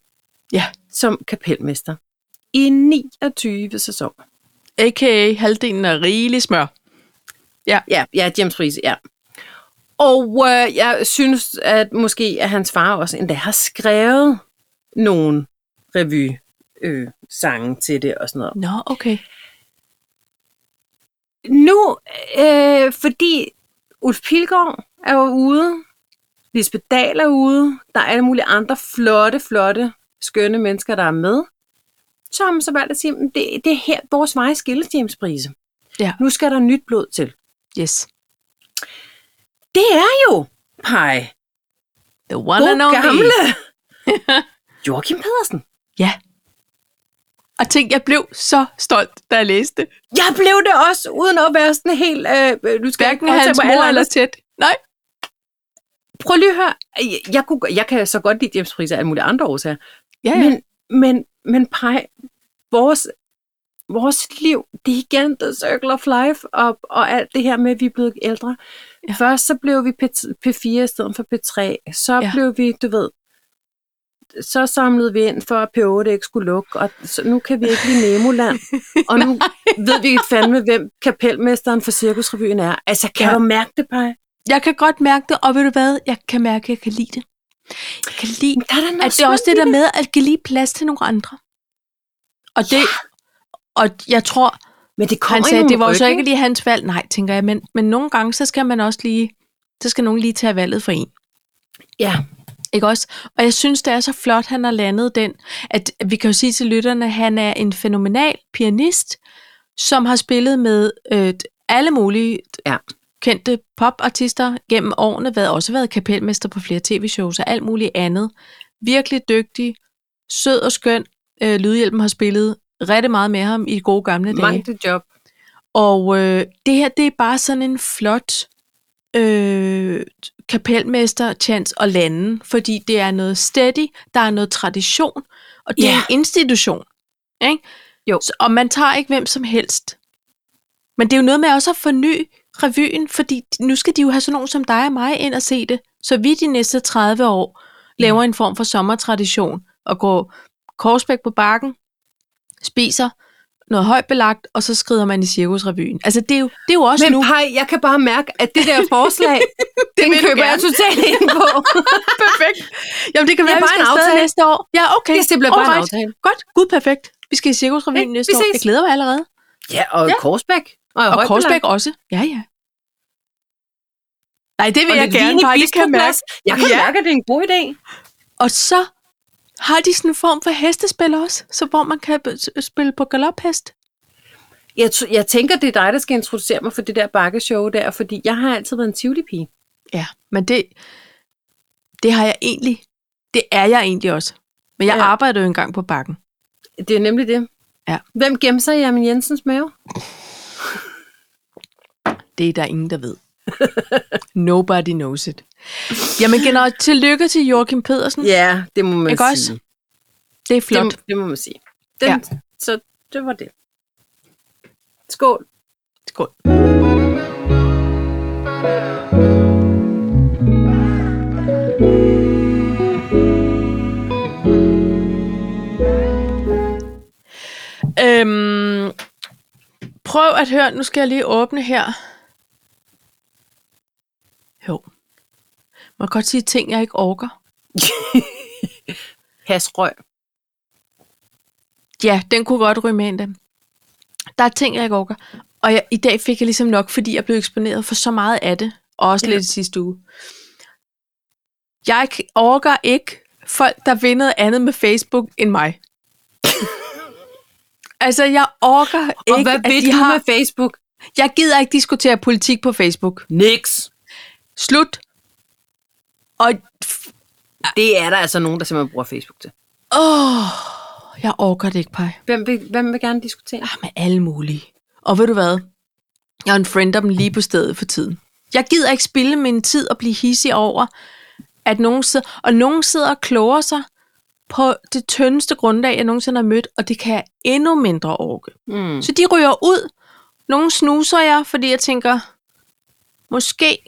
Ja.
som kapelmester i 29 sæsoner.
A.k.a. halvdelen af rigelig smør.
Ja, ja, James Prise, ja. Og øh, jeg synes, at måske at hans far også endda har skrevet nogle revy øh, sange til det og sådan noget.
Nå, okay.
Nu, øh, fordi Ulf Pilgaard er jo ude, Lisbeth Dahl er ude, der er alle mulige andre flotte, flotte, skønne mennesker, der er med, så har man så valgt at sige, "Men det, det er her, vores veje skilles, James Prise.
Ja.
Nu skal der nyt blod til.
Yes.
Det er jo, pej,
The one
god
and only.
gamle Joachim Pedersen.
Ja. Og tænk, jeg blev så stolt, da jeg læste det.
Jeg blev det også, uden at være sådan helt... Øh, du skal
Hverken
ikke
hans
på
mor
alle
eller
andres
tæt. Nej.
prøv lige at høre, jeg, jeg, kunne, jeg kan så godt lide James Price af alle mulige andre årsager.
Ja, ja.
Men, men, men pej, vores, vores liv, det er igen the circle of life, og, og alt det her med, at vi er blevet ældre.
Ja.
Ja. Først så blev vi P, P4 i stedet for P3, så
Ja.
ja. blev vi, du ved, så samlede vi ind for, at P8 ikke skulle lukke, og så, nu kan vi ikke lide Nemoland, og nu ved vi ikke fandme, hvem kapelmesteren for Cirkusrevyen er. Altså, kan
Ja.
ja. du mærke det, Paj?
Jeg kan godt mærke det, og ved du hvad? Jeg kan mærke, at jeg kan lide det. Jeg kan lide,
Der er da noget
at det er også
smukt i
det der med, at jeg kan lide plads til nogle andre. Og det, og jeg tror,
Men det kommer
han sagde,
jo
det var jo så ikke lige hans valg. Nej, tænker jeg, men, men nogle gange, så skal man også lige, så skal nogen lige tage valget for en.
Ja,
Ikke også? Og jeg synes, det er så flot, han har landet den, at vi kan jo sige til lytterne, at han er en fænomenal pianist, som har spillet med øh, alle mulige
Ja.
kendte popartister gennem årene, været, også været kapelmester på flere tv-shows og alt muligt andet. Virkelig dygtig, sød og skøn. Øh, Lydhjælpen har spillet rigtig meget med ham i de gode gamle dage.
mange det job.
Og øh, det her, det er bare sådan en flot øh, kapelmester chance at lande, fordi det er noget steady, der er noget tradition, og det yeah. er
Ja.
en institution. Ikke?
Jo.
Så, og man tager ikke hvem som helst. Men det er jo noget med også at forny revyen, fordi nu skal de jo have sådan nogen som dig og mig ind og se det, så vi de næste 30 år laver en form for sommertradition og går korsbæk på bakken, spiser noget højt belagt, og så skrider man i cirkusrevyen. Altså, det er jo, det er jo også
Men
nu.
Paj, jeg kan bare mærke, at det der forslag, det den
vil du
køber jeg
gerne.
totalt ind på.
perfekt. Jamen, det kan være,
Det er
vi
bare
skal
en
afsted
aftale.
næste år. Ja, okay.
Det er simpelthen bare en aftale.
Godt. Gud, perfekt. Vi skal i Cirkusrevyen
Ikke?
næste
Vi
år.
ses.
Jeg glæder mig allerede.
Ja, og
Ja.
Korsbæk. Og,
Og
Højbjerg.
Korsbæk også. Ja, ja. Nej, det vil
Og
jeg gerne.
Line
Paj, det kan jeg mærke.
Bistruplads. Jeg kan
Ja.
mærke, at det er en god idé.
Og så har de sådan en form for hestespil også, så hvor man kan b- spille på galophest.
Jeg, t- jeg tænker, det er dig, der skal introducere mig for det der bakkeshow der, fordi jeg har altid været en tivoli-pige.
Ja, men det, det har jeg egentlig. Det er jeg egentlig også. Men jeg ja.
Ja.
arbejder jo engang på bakken.
Det er nemlig det.
Ja.
Hvem gemmer sig i Amin Jensens mave?
Det er der ingen, der ved. Nobody knows it. Jamen generelt, tillykke til Joachim Pedersen. Yeah.
Ja, det må man
Ikke
sige.
også? Det er flot.
Det, det må man sige. Den,
Ja.
ja. Så det var det. Skål.
Skål. Øhm, prøv at høre, nu skal jeg lige åbne her. Jo. Man kan godt sige ting, jeg ikke orker.
Pas røg.
Ja, den kunne godt ryge med ind den. Der er ting, jeg ikke orker. Og jeg, i dag fik jeg ligesom nok, fordi jeg blev eksponeret for så meget af det. Og også ja.
Ja.
lidt i sidste uge. Jeg k- orker ikke folk, der vil noget andet med Facebook end mig. altså, jeg orker
Og
ikke,
hvad
at
ved
de
du
har...
med Facebook?
Jeg gider ikke diskutere politik på Facebook.
Niks.
Slut. Og
Det er der altså nogen, der simpelthen bruger Facebook til.
åh, jeg orker det ikke, Paj.
Hvem vil, hvem vil gerne diskutere?
Ah, med alle mulige. Og ved du hvad? Jeg er en friend dem lige på stedet for tiden. Jeg gider ikke spille min tid og blive hissig over, at nogen sidder, og nogen sidder og kloger sig på det tyndeste grundlag, jeg nogensinde har mødt, og det kan jeg endnu mindre orke.
Mm.
Så de ryger ud. Nogle snuser jeg, fordi jeg tænker, måske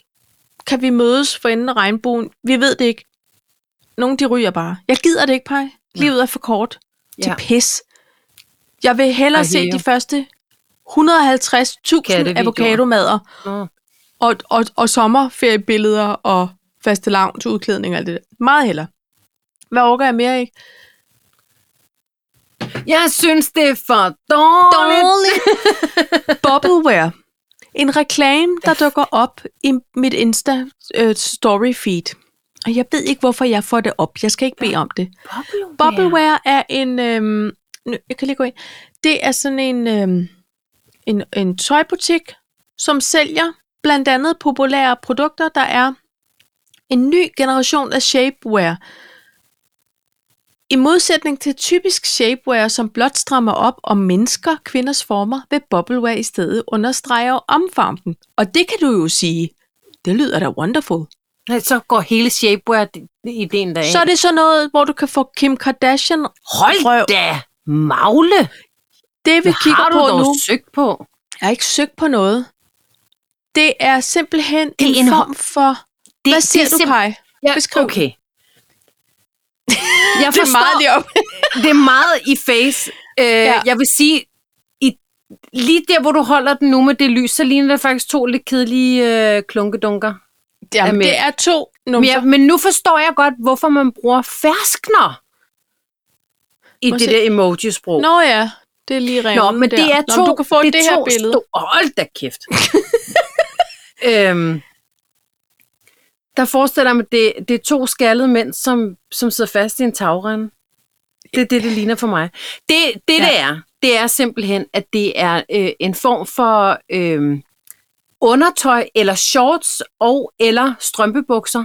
kan vi mødes for enden af regnbuen. Vi ved det ikke. Nogle de ryger bare. Jeg gider det ikke, Paj. Livet er for kort til
Ja.
pis. Jeg vil hellere
Og
se
hæve.
de første 150.000
Kattevideoer.
avocadomader
Nå.
og, og, og sommerferiebilleder og faste lavn til udklædning og alt det der. Meget hellere. Hvad orker jeg mere, ikke?
Jeg synes, det er for dårligt.
dårligt. Bubbleware. En reklame, der dukker op i mit Insta øh, story feed. Og jeg ved ikke, hvorfor jeg får det op. Jeg skal ikke bede om det.
Bubbleware.
Bubbleware er en... Øhm, nu, jeg kan lige gå ind. Det er sådan en, øhm, en, en tøjbutik, som sælger blandt andet populære produkter, der er en ny generation af shapewear. I modsætning til typisk shapewear, som blot strammer op om mennesker, kvinders former, vil bubbleware i stedet understrege og omfavne dem. Og det kan du jo sige, det lyder da wonderful.
Nej, Så går hele shapewear-ideen derind.
Så er det sådan noget, hvor du kan få Kim Kardashian
Hold
røv.
da! Magle!
Det vi
Det
kigger
har du
på
dog
nu,
søgt på.
jeg har ikke søgt på noget. Det er simpelthen
er
en,
en
en form for...
Det,
Hvad siger
det er
du,
simp-
Paj?
Ja,
Beskriv.
Okay. Jeg
Det er meget lige op.
det er meget i face. Øh,
Ja.
ja. Jeg vil sige, i, lige der, hvor du holder den nu med det lys, så ligner det faktisk to lidt kedelige øh, klunkedunker.
Jamen,
Jamen.
det er to
Men,
numser.
jeg, men nu forstår jeg godt, hvorfor man bruger ferskner i
Må
det
se.
der emoji-sprog.
Nå ja, det er lige revnen
Nå, men
der.
det er to...
Nå, men du kan få det,
er
her
to
billede.
sto- Hold da kæft. øhm, der forestiller jeg mig, det, det er to skaldede mænd, som, som sidder fast i en tagrende. Det er det, det ligner for mig. Det, det, ja. det er, det er simpelthen, at det er øh, en form for øh, undertøj, eller shorts, og eller strømpebukser,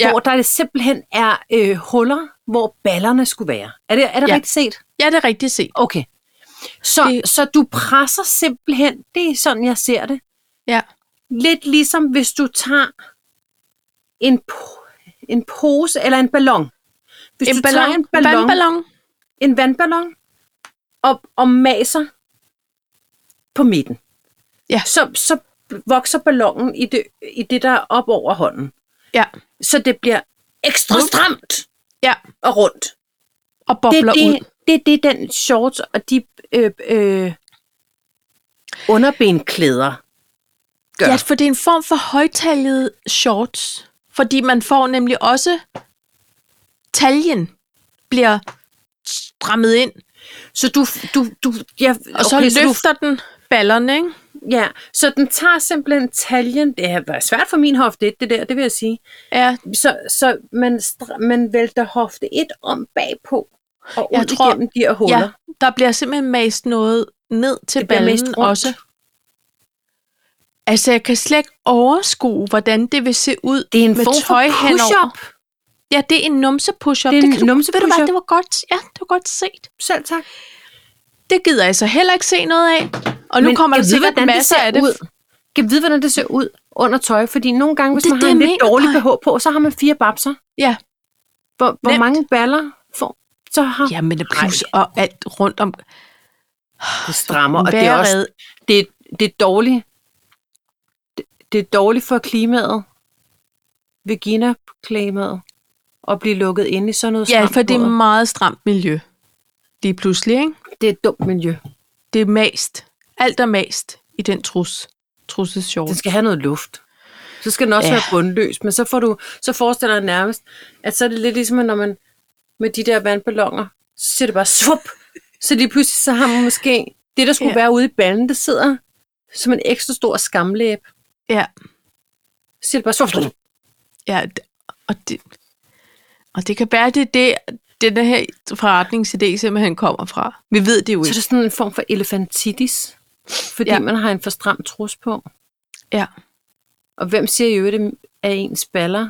Ja.
ja. hvor der simpelthen er øh, huller, hvor ballerne skulle være. Er det, er
Ja.
det ja. rigtigt set?
Ja, det er rigtigt set.
Okay. Så,
Det-
det... så du presser simpelthen, det er sådan, jeg ser det.
Ja.
Lidt ligesom hvis du tager en, po- en pose eller en ballon. Hvis du tager en ballon,
Vandballon.
en vandballon og, og maser på midten,
Ja.
så, så vokser ballonen i det, i det, der er op over hånden.
Ja.
Så det bliver ekstra
Rundt.
stramt
Ja,
og rundt
og bobler
det, er
ud.
det, Det er det, den shorts og de øh, øh, underbenklæder gør.
Ja, for det er en form for højtalget shorts. Fordi man får nemlig også... Taljen bliver strammet ind,
Så du... du, du ja,
og så
okay, du,
løfter den ballerne, ikke?
ja, så den tager simpelthen taljen. Det har været svært for min hofte 1, det der, det vil jeg sige.
Ja,
Så, så man, stra- man vælter hofte 1 om bagpå og
Jeg
ud
tror-
igennem de her huller.
ja, der bliver simpelthen mast noget ned til
Det bliver mast
ballen
rundt.
også. Altså, jeg kan slet ikke overskue, hvordan det vil se ud
Det er en
med
form for
tøj henover.
push-up.
Ja, det er en numse push-up.
Det er en
kan du-
numse
Ved du hvad,
push-up.
det var godt. Ja, det var godt set.
Selv tak.
Det gider jeg så heller ikke se noget af. Og nu
Men
kommer der
gad vide,
sikkert
hvordan
masser
ser
af det.
Ud. Kan vide, hvordan det ser ud under tøj? Fordi nogle gange, hvis
Det er
man har
det,
en
jeg
lidt
mener,
dårlig
Paj.
BH på, så har man fire babser.
Ja.
Hvor, hvor
Nemt.
mange baller får, så har ja,
Ja, men det plus og alt rundt om.
det strammer, og
Og
det er også det, er- det er dårligt. Det, det er dårligt for klimaet, vagina-klimaet, at blive lukket ind i sådan noget
ja,
stramt
for det er
noget.
meget stramt miljø. Lige pludselig, ikke?
det er et dumt miljø.
Det er mast. Alt er mast i den trus. Trusses short.
Den skal have noget luft. Så skal den også
Ja.
ja. være bundløs, men så, får du, så forestiller jeg nærmest, at så er det lidt ligesom, at når man med de der vandballoner, så siger det bare svup. Så lige pludselig så har man måske det, der skulle
Ja.
ja. være ude i ballen, det sidder som en ekstra stor skamlæb.
Ja,
Så siger det bare svup.
ja. d- Og det, og det kan være, det er det, den her forretningsidé simpelthen kommer fra. Vi ved det jo
Så er
ikke.
det sådan en form for elefantitis, fordi
Ja.
ja. man har en for stram trus på.
Ja.
Og hvem siger jo, at ens baller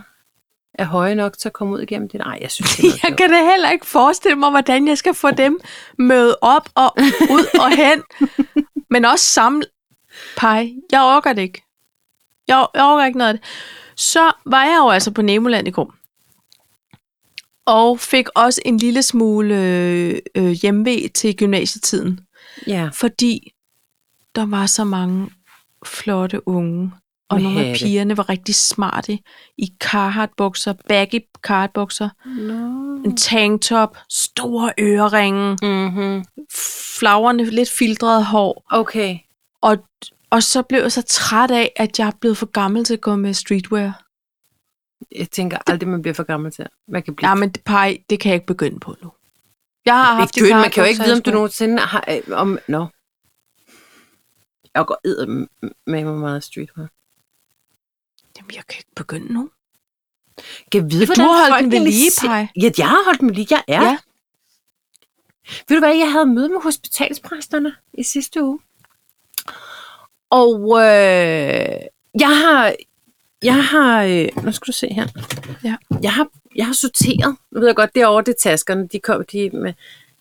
er høje nok til at komme ud igennem det? Nej, jeg synes det er noget
Jeg kan da heller ikke forestille mig, hvordan jeg skal få dem møde op og ud og hen. Men også samle. Pej, jeg orker det ikke. Jeg, jeg orker ikke noget af det. Så var jeg jo altså på Nemoland i går. og fik også en lille smule øh, øh, hjemve til gymnasietiden,
Ja.
fordi der var så mange flotte unge, og
Med
nogle af
hatte.
pigerne var rigtig smarte i Carhartt-bukser, baggy Carhartt-bukser,
No. Mm.
en tanktop, store øreringe,
Mm-hmm.
flagrende, lidt filtrede hår,
Okay.
og, og så blev jeg så træt af, at jeg er blevet for gammel til at gå med streetwear.
Jeg tænker aldrig, man bliver for gammel til. Man kan blive
Ja, men det, pej, det kan jeg ikke begynde på nu. Jeg har haft
begynde.
et
Man kan jo ikke vide, om du
Carhartt-bukser,
nogensinde har... øh, Om, no. Jeg går ed med mig meget street. hva'?
jeg skulle- Jamen, jeg kan ikke begynde nu.
Kan jeg vide,
Du har holdt
folk
den ved
egentlig
lige,
se-
Paj.
Ja, jeg har holdt dem lige. Jeg
Ja.
er. Ja. Ved du hvad, jeg havde møde med hospitalspræsterne i sidste uge. Og øh, jeg har... Jeg har... Øh, nu skal du se her.
Ja.
Jeg har, jeg har sorteret. Nu ved jeg godt, derovre det er taskerne, de kom de med.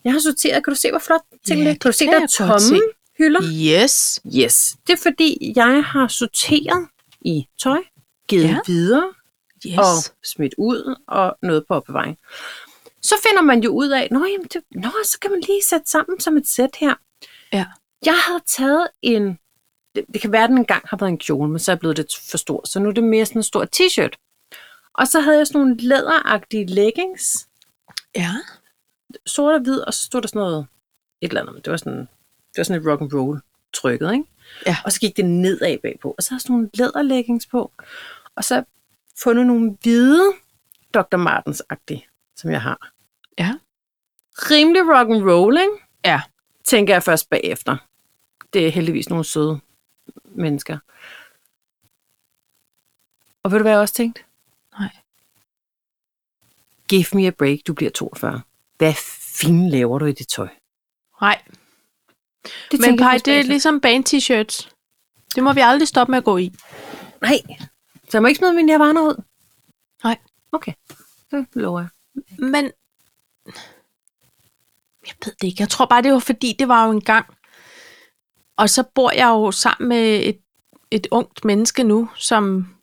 Jeg har sorteret. Kan du se, hvor flot tingene
Ja,
er? Kan du se,
kan
der er
jeg godt
tomme hylder?
Yes.
Yes. Det er fordi, jeg har sorteret i tøj, givet
Ja.
ja. videre,
Yes.
yes. og smidt ud og noget på opbevaring. Så finder man jo ud af, nå, jamen det, nå så kan man lige sætte sammen som et sæt her.
Ja.
Jeg havde taget en, det, det kan være, at den engang har været en kjole, men så er blevet det for stor, så nu er det mere sådan en stor t-shirt. Og så havde jeg sådan nogle læderagtige leggings,
ja.
sort og hvid, og så stod der sådan noget, et eller andet, men det var sådan, det var sådan et rock and roll trykket, ikke?
Ja.
Og så gik det nedad bagpå, og så havde jeg sådan nogle læderleggings på, og så fundet nogle hvide Dr. Martens-agtige, som jeg har.
Ja.
Rimelig rock and roll, ikke?
Ja.
Tænker jeg først bagefter. Det er heldigvis nogle søde mennesker. Og ved du, hvad jeg også tænkte?
Nej.
Give me a break, du bliver 42. Hvad fanden laver du i det tøj?
Nej.
Det
Men
tænker
Paj,
jeg altså. først
det er
bagefter.
ligesom band-t-shirts. Det må vi aldrig stoppe med at gå i.
Nej. Så jeg må ikke smide mine nirvana ud?
Nej.
Okay. Det lover jeg.
Men jeg ved det ikke. Jeg tror bare, det var fordi, det var jo en gang. Og så bor jeg jo sammen med et, et ungt menneske nu, som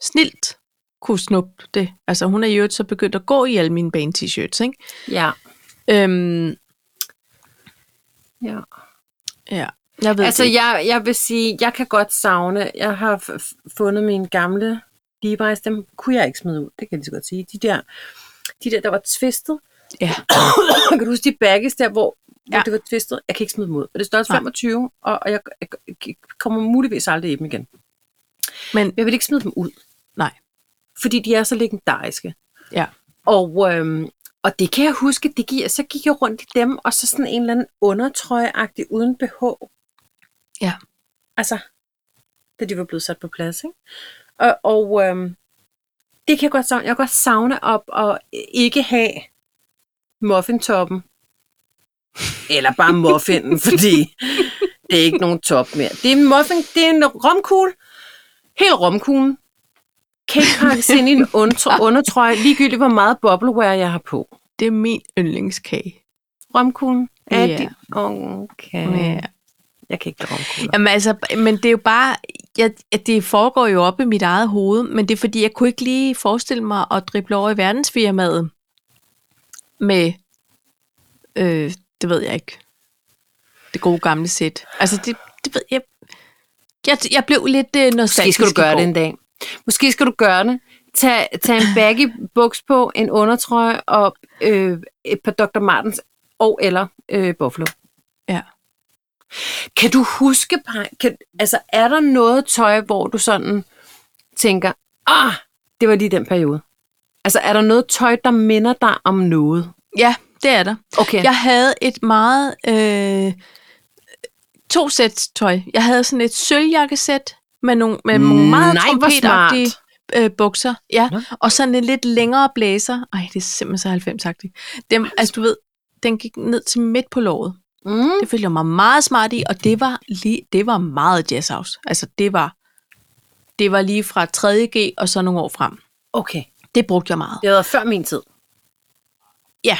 snilt kunne snuppe det. Altså hun er jo så begyndt at gå i alle mine band-t-shirts, ikke?
Ja.
Øhm,
ja.
ja, jeg ved
Altså,
det ikke.
jeg, jeg vil sige, jeg kan godt savne, jeg har f- f- fundet mine gamle Levi's, dem kunne jeg ikke smide ud, det kan jeg lige så godt sige. De der, de der, der var tvistet,
Ja.
kan du huske de baggies der, hvor, ja.
Ja.
hvor det var tvistet? Jeg kan ikke smide dem ud, og det er størrelse
Nej.
25, og, og jeg, jeg, jeg kommer muligvis aldrig i dem igen.
Men
Jeg vil ikke smide dem ud.
Nej.
Fordi de er så legendariske.
Ja.
Og, øhm, og det kan jeg huske, det gik, så gik jeg rundt i dem, og så sådan en eller anden undertrøjeagtig uden BH.
Ja.
Altså, da de var blevet sat på plads, ikke? Og, og øhm, det kan jeg godt savne. Jeg kan godt savne op og ikke have muffintoppen. Eller bare muffinen, fordi det er ikke nogen top mere. Det er en muffin, det er en romkugle. Helt romkuglen. Kan ikke pakkes ind i en under- undertrøje, ligegyldigt hvor meget bubbleware jeg har på.
det er min yndlingskage.
Romkuglen er
Ja.
yeah. din. Okay.
Ja.
Jeg kan ikke lide romkugler.
Jamen altså, men det er jo bare, jeg, at det foregår jo op i mit eget hoved, men det er fordi, jeg kunne ikke lige forestille mig at drible over i verdensfirmaet med, øh, det ved jeg ikke, det gode gamle sæt. Altså, det, det ved jeg, jeg, jeg blev lidt øh, nostalgisk.
Måske skal du
i
gøre
går.
det en dag. Måske skal du gøre det. Tag, tag en baggy buks på, en undertrøje og øh, et par Dr. Martens og eller øh, Buffalo.
Ja.
Kan du huske, Paj- kan, altså er der noget tøj, hvor du sådan tænker, ah, det var lige den periode? Altså er der noget tøj, der minder dig om noget?
Ja, det er der.
Okay.
Jeg havde et meget... Øh, to sæt tøj. Jeg havde sådan et sølvjakkesæt med nogle, med nogle meget
Mm, Nej, hvor
trompetagtige øh, bukser. Ja.
Nå.
Og sådan en lidt længere blæser. Ej, det er simpelthen så 90-agtigt. Dem, altså, du ved, den gik ned til midt på låret.
Mm.
Det følte jeg mig meget smart i, og det var, lige, det var meget jazz house. Altså, det var, det var lige fra 3.G og så nogle år frem.
Okay.
Det brugte jeg meget.
Det har været før min tid.
Ja,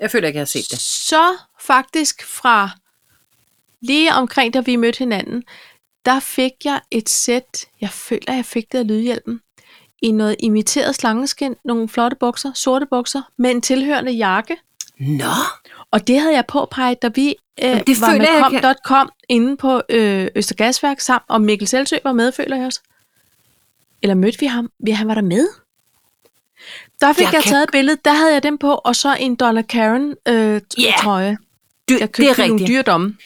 Jeg føler ikke, jeg har set det.
Så faktisk fra lige omkring, da vi mødte hinanden, der fik jeg et sæt, jeg føler, jeg fik det af lydhjælpen, i noget imiteret slangeskin, nogle flotte bukser, sorte bukser, med en tilhørende jakke.
Nå!
Og det havde jeg på, Paj, da vi øh,
Jamen,
det
det
var
føler
med
jeg, jeg
kom.com inde på øh, Østergasværk sammen, og Mikkel Selsø var med, føler jeg også. Eller mødte vi ham? Ja, han var der med. Der fik jeg,
Jeg
jeg
kan-
taget billedet, der havde jeg den på, og så en Donna Karen øh,
Ja,
yeah. trøje.
Du,
Jeg
det
købte
er
nogle
rigtigt.
dyrdomme.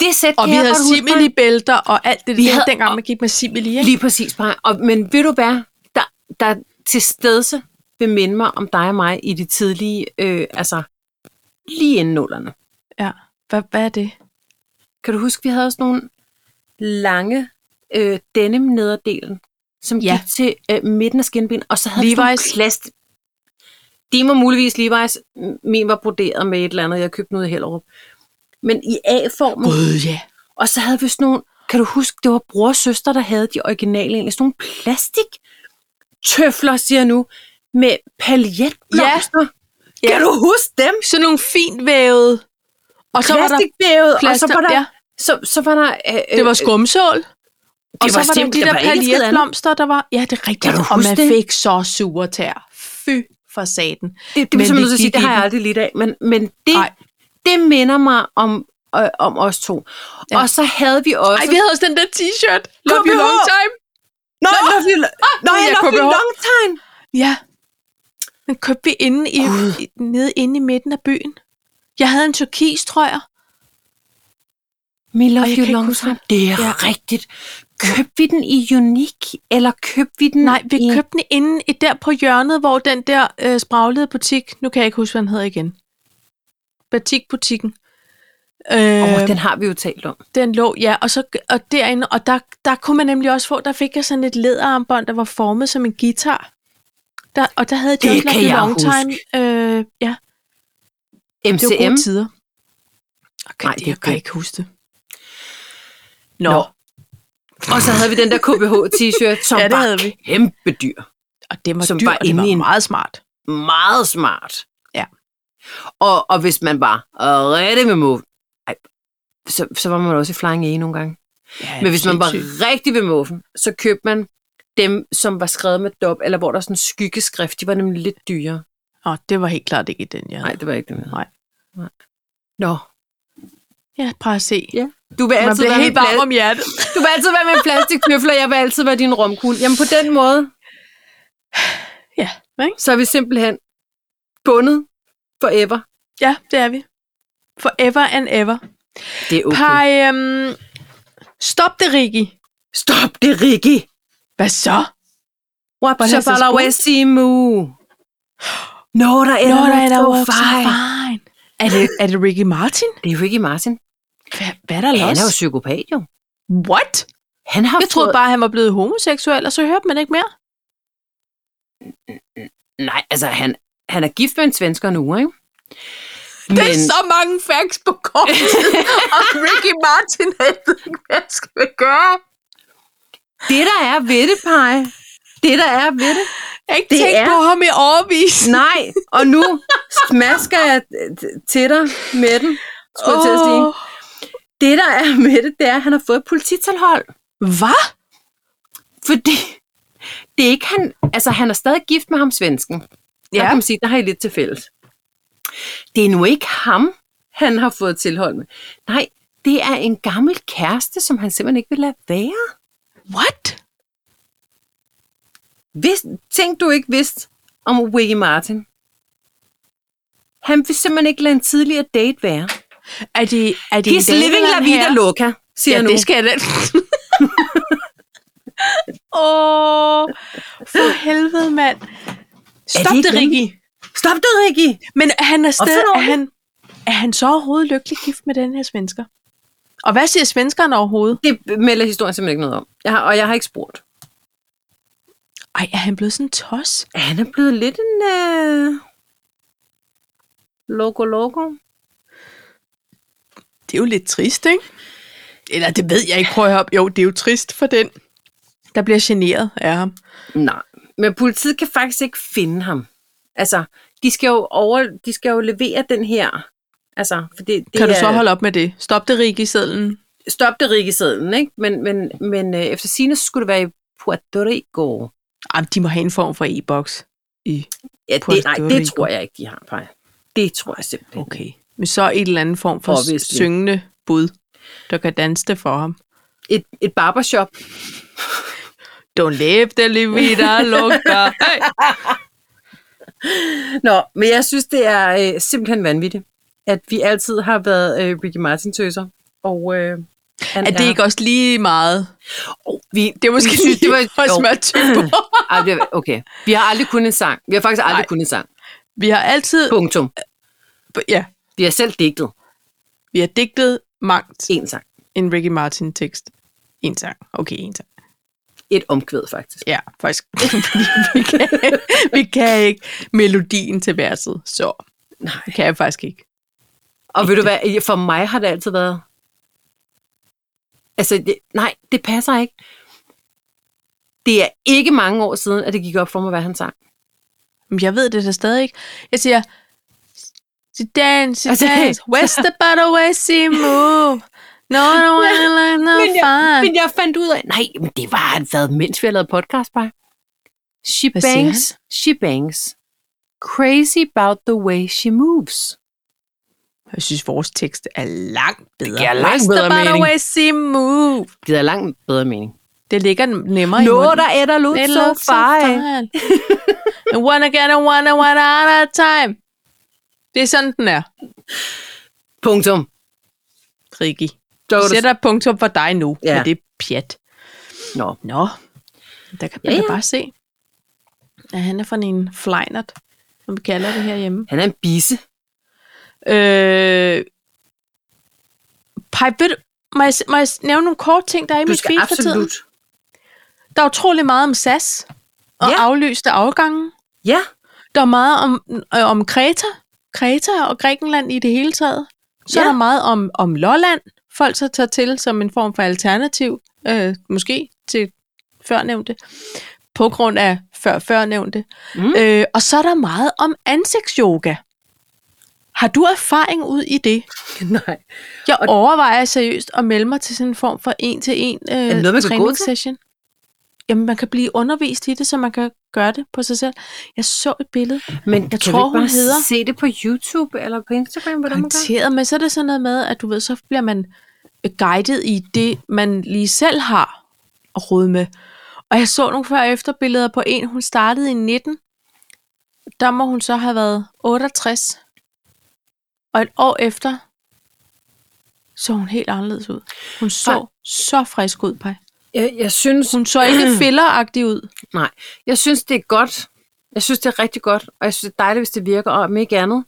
Det sæt
Og
kan
vi
jeg
havde
godt huske, Maj.
simili-bælter og alt det
Vi
der,
havde-
dengang man gik med simili. Ikke?
Lige præcis, bare. Og, men ved du hvad, der, der til stedse vil minde mig om dig og mig i de tidlige, øh, altså lige inden nullerne.
Ja. Hvad, hvad er det?
Kan du huske, vi havde sådan nogle lange øh, denim nederdelen, som
Ja.
ja. gik til øh, midten af skinben, og så havde vi sådan nogle
Levi's.
plast. De var muligvis Levi's. Min var broderet med et eller andet, jeg købte noget i Hellerup. Men i A-formen.
Gud, ja.
Og så havde vi sådan nogle, kan du huske, det var bror og søster, der havde de originale egentlig, sådan nogle plastik tøfler, siger jeg nu, med paljetblomster.
Ja.
Ja. Kan du huske dem?
Sådan nogle fint vævede. Og så var der,
Plastikvævet, og så
plaster-
var der,
ja.
ja. så, så var der, øh, øh,
det var skumsål. Og
det
så
var
var der
simpelt-
de
der
der
var ikke skid andet.
paljetblomster, der var. Ja, det er rigtigt.
Kan du
Og
huske
man
det?
fik så sure tær. Fy for satan.
det, det,
Men
det,
vi
det, sige,
gik
det
i
har jeg
den.
aldrig lidt af, men, men det,
Ej.
det minder mig om, øh, om os to.
Ja.
Ja. Og så havde vi også...
Ej, vi havde også den der t-shirt. Love you
KBH.
long time.
Nå, Love You, Nå,
det er
jeg Love You
KBH.
Long Time.
Ja. Den købte vi inde i, i, nede inde i midten af byen. Jeg havde en turkis, tror jeg.
Me
Og
Love
jeg
You
kan ikke
Long
huske
Time. Det er
Ja.
ja. rigtigt. Købte vi den i Unique, eller købte vi den
Nej, vi
i...
købte den inde i der på hjørnet, hvor den der øh, spraglede butik, nu kan jeg ikke huske, hvad den hedder igen. Batikbutikken. Øh,
Åh,
oh,
øh,
den.
den har vi jo talt om.
den lå, ja, og, så, og derinde, og der, der kunne man nemlig også få, der fik jeg sådan et læderarmbånd, der var formet som en guitar. Der, og der havde de
Det
også
kan
You
jeg
long time. Øh, ja, det var
MCM.
gode tider. Okay,
Nej,
det,
det er
jeg kan
det.
ikke huske det. Nå, Nå
Nå. Og så havde vi den der KBH-t-shirt, som
Ja,
ja,
det
det var
havde vi.
kæmpe dyr.
og det var
Som
dyrt,
var
og det
inde i
var
en-
meget smart.
Meget smart.
Ja.
Og, og hvis man var øh, rigtig ved muffen, ej, så, så var man også i flying A nogle gange.
Ja,
Men hvis man var
sindssygt.
rigtig ved muffen, så købte man dem, som var skrevet med dop, eller hvor der er sådan en skyggeskrift, de var nemlig lidt dyrere.
Nå, det var helt klart ikke den, jeg havde.
Nej, det var ikke det. jeg havde.
Nej.
Nej. Nå,
Ja, prøv at se.
Ja. Du vil
Man
altid,
bliver
være
helt
min,
varm
pla-
om hjertet.
du vil altid være min plastikknøfler, jeg vil altid være din romkugle. Jamen på den måde,
Ja, ikke?
så er vi simpelthen bundet forever.
Ja, det er vi. Forever and ever.
Det er
Okay. Par, øhm, stop det, Rikki.
Stop det, Ricky!
Hvad så?
Wapsabala Wessimu! Nå, der er
Nå, der er der
so
walk so fine. Er det, er det Ricky Martin?
Det er Ricky Martin.
Hvad, hvad er der
Han er jo
los?
psykopat, jo.
What?
Han har
Jeg troede
fået-
bare, han var blevet homoseksuel, og så hørte man ikke mere.
Nej, altså, han, han er gift med en svensker nu, ikke? Men,
Det er så mange facts på kort tid, og Ricky Martin, jeg ved ikke, hvad jeg skal gøre.
det, der er ved det, Paj, det, der er ved det,
Jeg har ikke
Det
tænkt
er-
på ham i overvis.
nej, og nu smasker jeg øh, til dig med den, skulle jeg til at sige.
Åh.
Det, der er med det, det er, at han har fået et polititilhold.
Hvad?
Fordi det er ikke han... Altså, han er stadig gift med ham svensken. Ja. Der
Ja.
kan man sige, der har I lidt til fælles. Det er nu ikke ham, han har fået tilhold med. Nej, det er en gammel kæreste, som han simpelthen ikke vil lade være.
What?
Hvis, tænk, du ikke vidste om Wiggy Martin. Han vil simpelthen ikke lade en tidligere date være.
Er det, er det en
He's
dame
living
eller
la
en
vida
herre?
loca, siger
Ja,
jeg nu.
det skal jeg da. Åh, for helvede, mand. Stop det,
ikke
det
dem?
Rikki.
Stop det, Rikki!
Men er han er stadig,
Opfør
er
dig
han, er han så overhovedet lykkelig gift med den her svensker? Og hvad siger svenskeren overhovedet?
Det melder historien simpelthen ikke noget om. Jeg har, og jeg har ikke spurgt.
Ej, er han blevet sådan en tos?
Han er blevet lidt en øh, logo logo.
Det er jo lidt trist, ikke? Eller det ved jeg ikke, prøv at høre op. Jo, det er jo trist for den, der bliver generet af ham.
Nej, men politiet kan faktisk ikke finde ham. Altså, de skal jo, over, de skal jo levere den her. Altså, for det, det
Kan du
er,
så holde op med det? Stop det, Rikki, sedlen.
Stop det rikkesedlen, ikke? Men, men, men øh, efter sine skulle det være i Puerto Rico.
Jamen, de må have en form for e-boks. I.
Ja,
Puerto
det, nej, det
Rico.
tror jeg ikke, de har, Paj. Det tror jeg simpelthen.
Okay. Men så et eller andet form for
Obviously.
Obviously. syngende bud, der kan danse det for ham.
Et, et barbershop.
Don't live the vida loca. Hey.
Nå, men jeg synes, det er øh, simpelthen vanvittigt, at vi altid har været øh, Ricky Martin-tøser. Og øh, han
Er det ikke også lige meget?
Oh, vi,
Det er måske
synes,
lige
det var-
for
Jo.
smørt type.
Ej, det er, okay. Vi har aldrig kunnet en sang. Vi har faktisk aldrig
Nej.
kunnet en sang.
Vi har altid,
Punktum.
ja,
Vi har selv digtet
vi har digtet mangt
en sang.
en Ricky Martin tekst. En sang. Okay, en sang.
Et omkvæd, faktisk.
Ja, faktisk. vi, kan, vi kan ikke melodien til verset, så
Nej.
det kan jeg faktisk ikke.
Og ved du hvad, for mig har det altid været... Altså, det, nej, det passer ikke. Det er ikke mange år siden, at det gik op for mig, hvad han sang.
Men jeg ved det da stadig ikke. Jeg siger, she dance, she
Altså,
dance, west the butter, west she move. No, no, no, no,
men, jeg,
fun.
men jeg fandt ud af, nej, men det var han været, mens vi har lavet podcast, bare. She
Hvad siger
bangs, she bangs. Crazy about the way she moves.
Jeg synes, vores tekst er langt bedre.
giver langt
West
bedre
the butter,
mening.
west she move.
Det giver langt bedre mening.
Det ligger nemmere i
Nå,
munden.
der er der lå
It
så
looks
far.
fine. And one again and one and one at a time. Det er sådan, den er,
Punktum.
Rikke.
Så var
Jeg
det-
sætter et punktum for dig nu,
Ja.
ja. men det er pjat.
Nå.
Nå, der kan man ja,
Ja,
ja.
ja.
da bare se, at han er fra en flejnert, som vi kalder det herhjemme.
Han er en bise.
Øh, Paj, ved du, må jeg, må jeg nævne nogle kort ting, der er i
Du
mit
skal
feed for tiden?
absolut.
Der er utrolig meget om SAS og
Ja.
ja. aflyste afgange.
Ja.
Der er meget om, øh, om Kreta, Kreta og Grækenland i det hele taget. Så
Ja.
ja. er der meget om, om Lolland, folk så tager til som en form for alternativ, øh, måske til førnævnte, på grund af før førnævnte.
Mm.
Mm. Øh, og så er der meget om ansigtsyoga. Har du erfaring ud i det?
Nej.
Jeg og overvejer seriøst at melde mig til sådan en form for en-til-en øh,
noget, man kan gå til?
træningssession. Jamen, man kan blive undervist i det, så man kan gøre det på sig selv. Jeg så et billede.
Men jeg
Jeg
kan tror,
tror,
vi ikke
hun
bare
hedder-
se det på YouTube eller på Instagram, hvordan man gør?
Garanteret, men så er det sådan noget med, at du ved, så bliver man øh, guidet i det, man lige selv har at rode med. Og jeg så nogle før- og efterbilleder på en, hun startede i 19. Der må hun så have været 68. Og et år efter, så hun helt anderledes ud. Hun så
Ej.
så frisk ud, Paj.
Jeg, jeg, synes,
Hun så ikke filleragtig ud.
nej. jeg synes, det er godt. Jeg synes, det er rigtig godt, og jeg synes, det er dejligt, hvis det virker, og om ikke andet,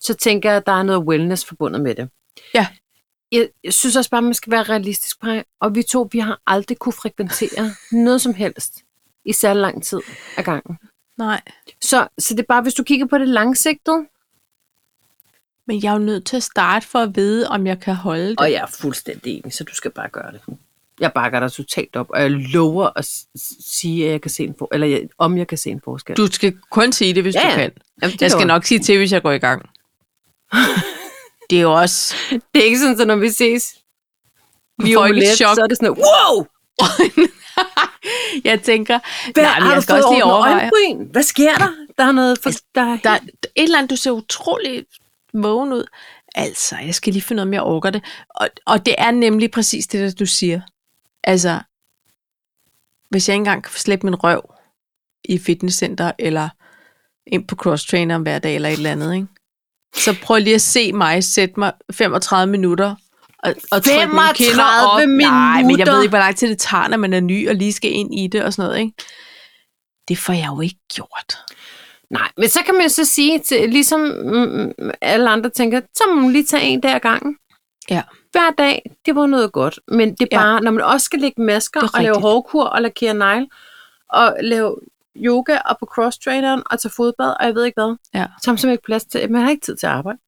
så tænker jeg, at der er noget wellness forbundet med det.
Ja.
Jeg, jeg synes også bare, man skal være realistisk, Paj, og vi to, vi har aldrig kunne frekventere noget som helst i særlig lang tid ad gangen.
Nej,
Så, så det er bare, hvis du kigger på det langsigtet,
men jeg er jo nødt til at starte for at vide, om jeg kan holde det.
Og jeg er fuldstændig enig, så du skal bare gøre det. Jeg bakker dig totalt op, og jeg lover at s- s- sige, at jeg kan se en for- eller jeg, om jeg kan se en forskel.
Du skal kun sige det, hvis
Ja,
du
ja.
kan.
Jamen, det
Jeg skal
lover
nok sige til, hvis jeg går i gang. Det er jo også...
Det er ikke sådan, at når vi ses
Vi får ikke et
violet,
chok.
så er det sådan, noget, wow!
jeg tænker...
Hvad
nej, men
har
jeg
du
skal
fået
også lige
over
overveje.
øjenbryn? Hvad sker der? Der er noget... For, Altså, der, er
Der er
helt-
et eller andet, du ser utrolig vågen ud. Altså, jeg skal lige finde ud af, om jeg orker det. Og, og det er nemlig præcis det, der du siger. Altså, hvis jeg ikke engang kan slæbe min røv i fitnesscenter, eller ind på cross-trainer hver dag, eller et eller andet, ikke? så prøv lige at se mig sætte mig 35 minutter og, og trykke mine kinder op. Nej,
35
men jeg
minutter?
ved ikke, hvor lang tid det tager, når man er ny og lige skal ind i det og sådan noget. Ikke? Det får jeg jo ikke gjort.
Nej, men så kan man så sige, til, ligesom mm, mm, alle andre tænker, så må man lige tage en dag ad gangen.
Ja.
Hver dag, det var noget godt. Men det er
Ja.
bare, ja. når man også skal lægge masker og
Det er
lave
rigtigt.
hårkur og lakere negle, og lave yoga og på cross-traineren og tage fodbad, og jeg ved ikke hvad.
Ja.
Så har man simpelthen ikke plads til, man har ikke tid til at arbejde.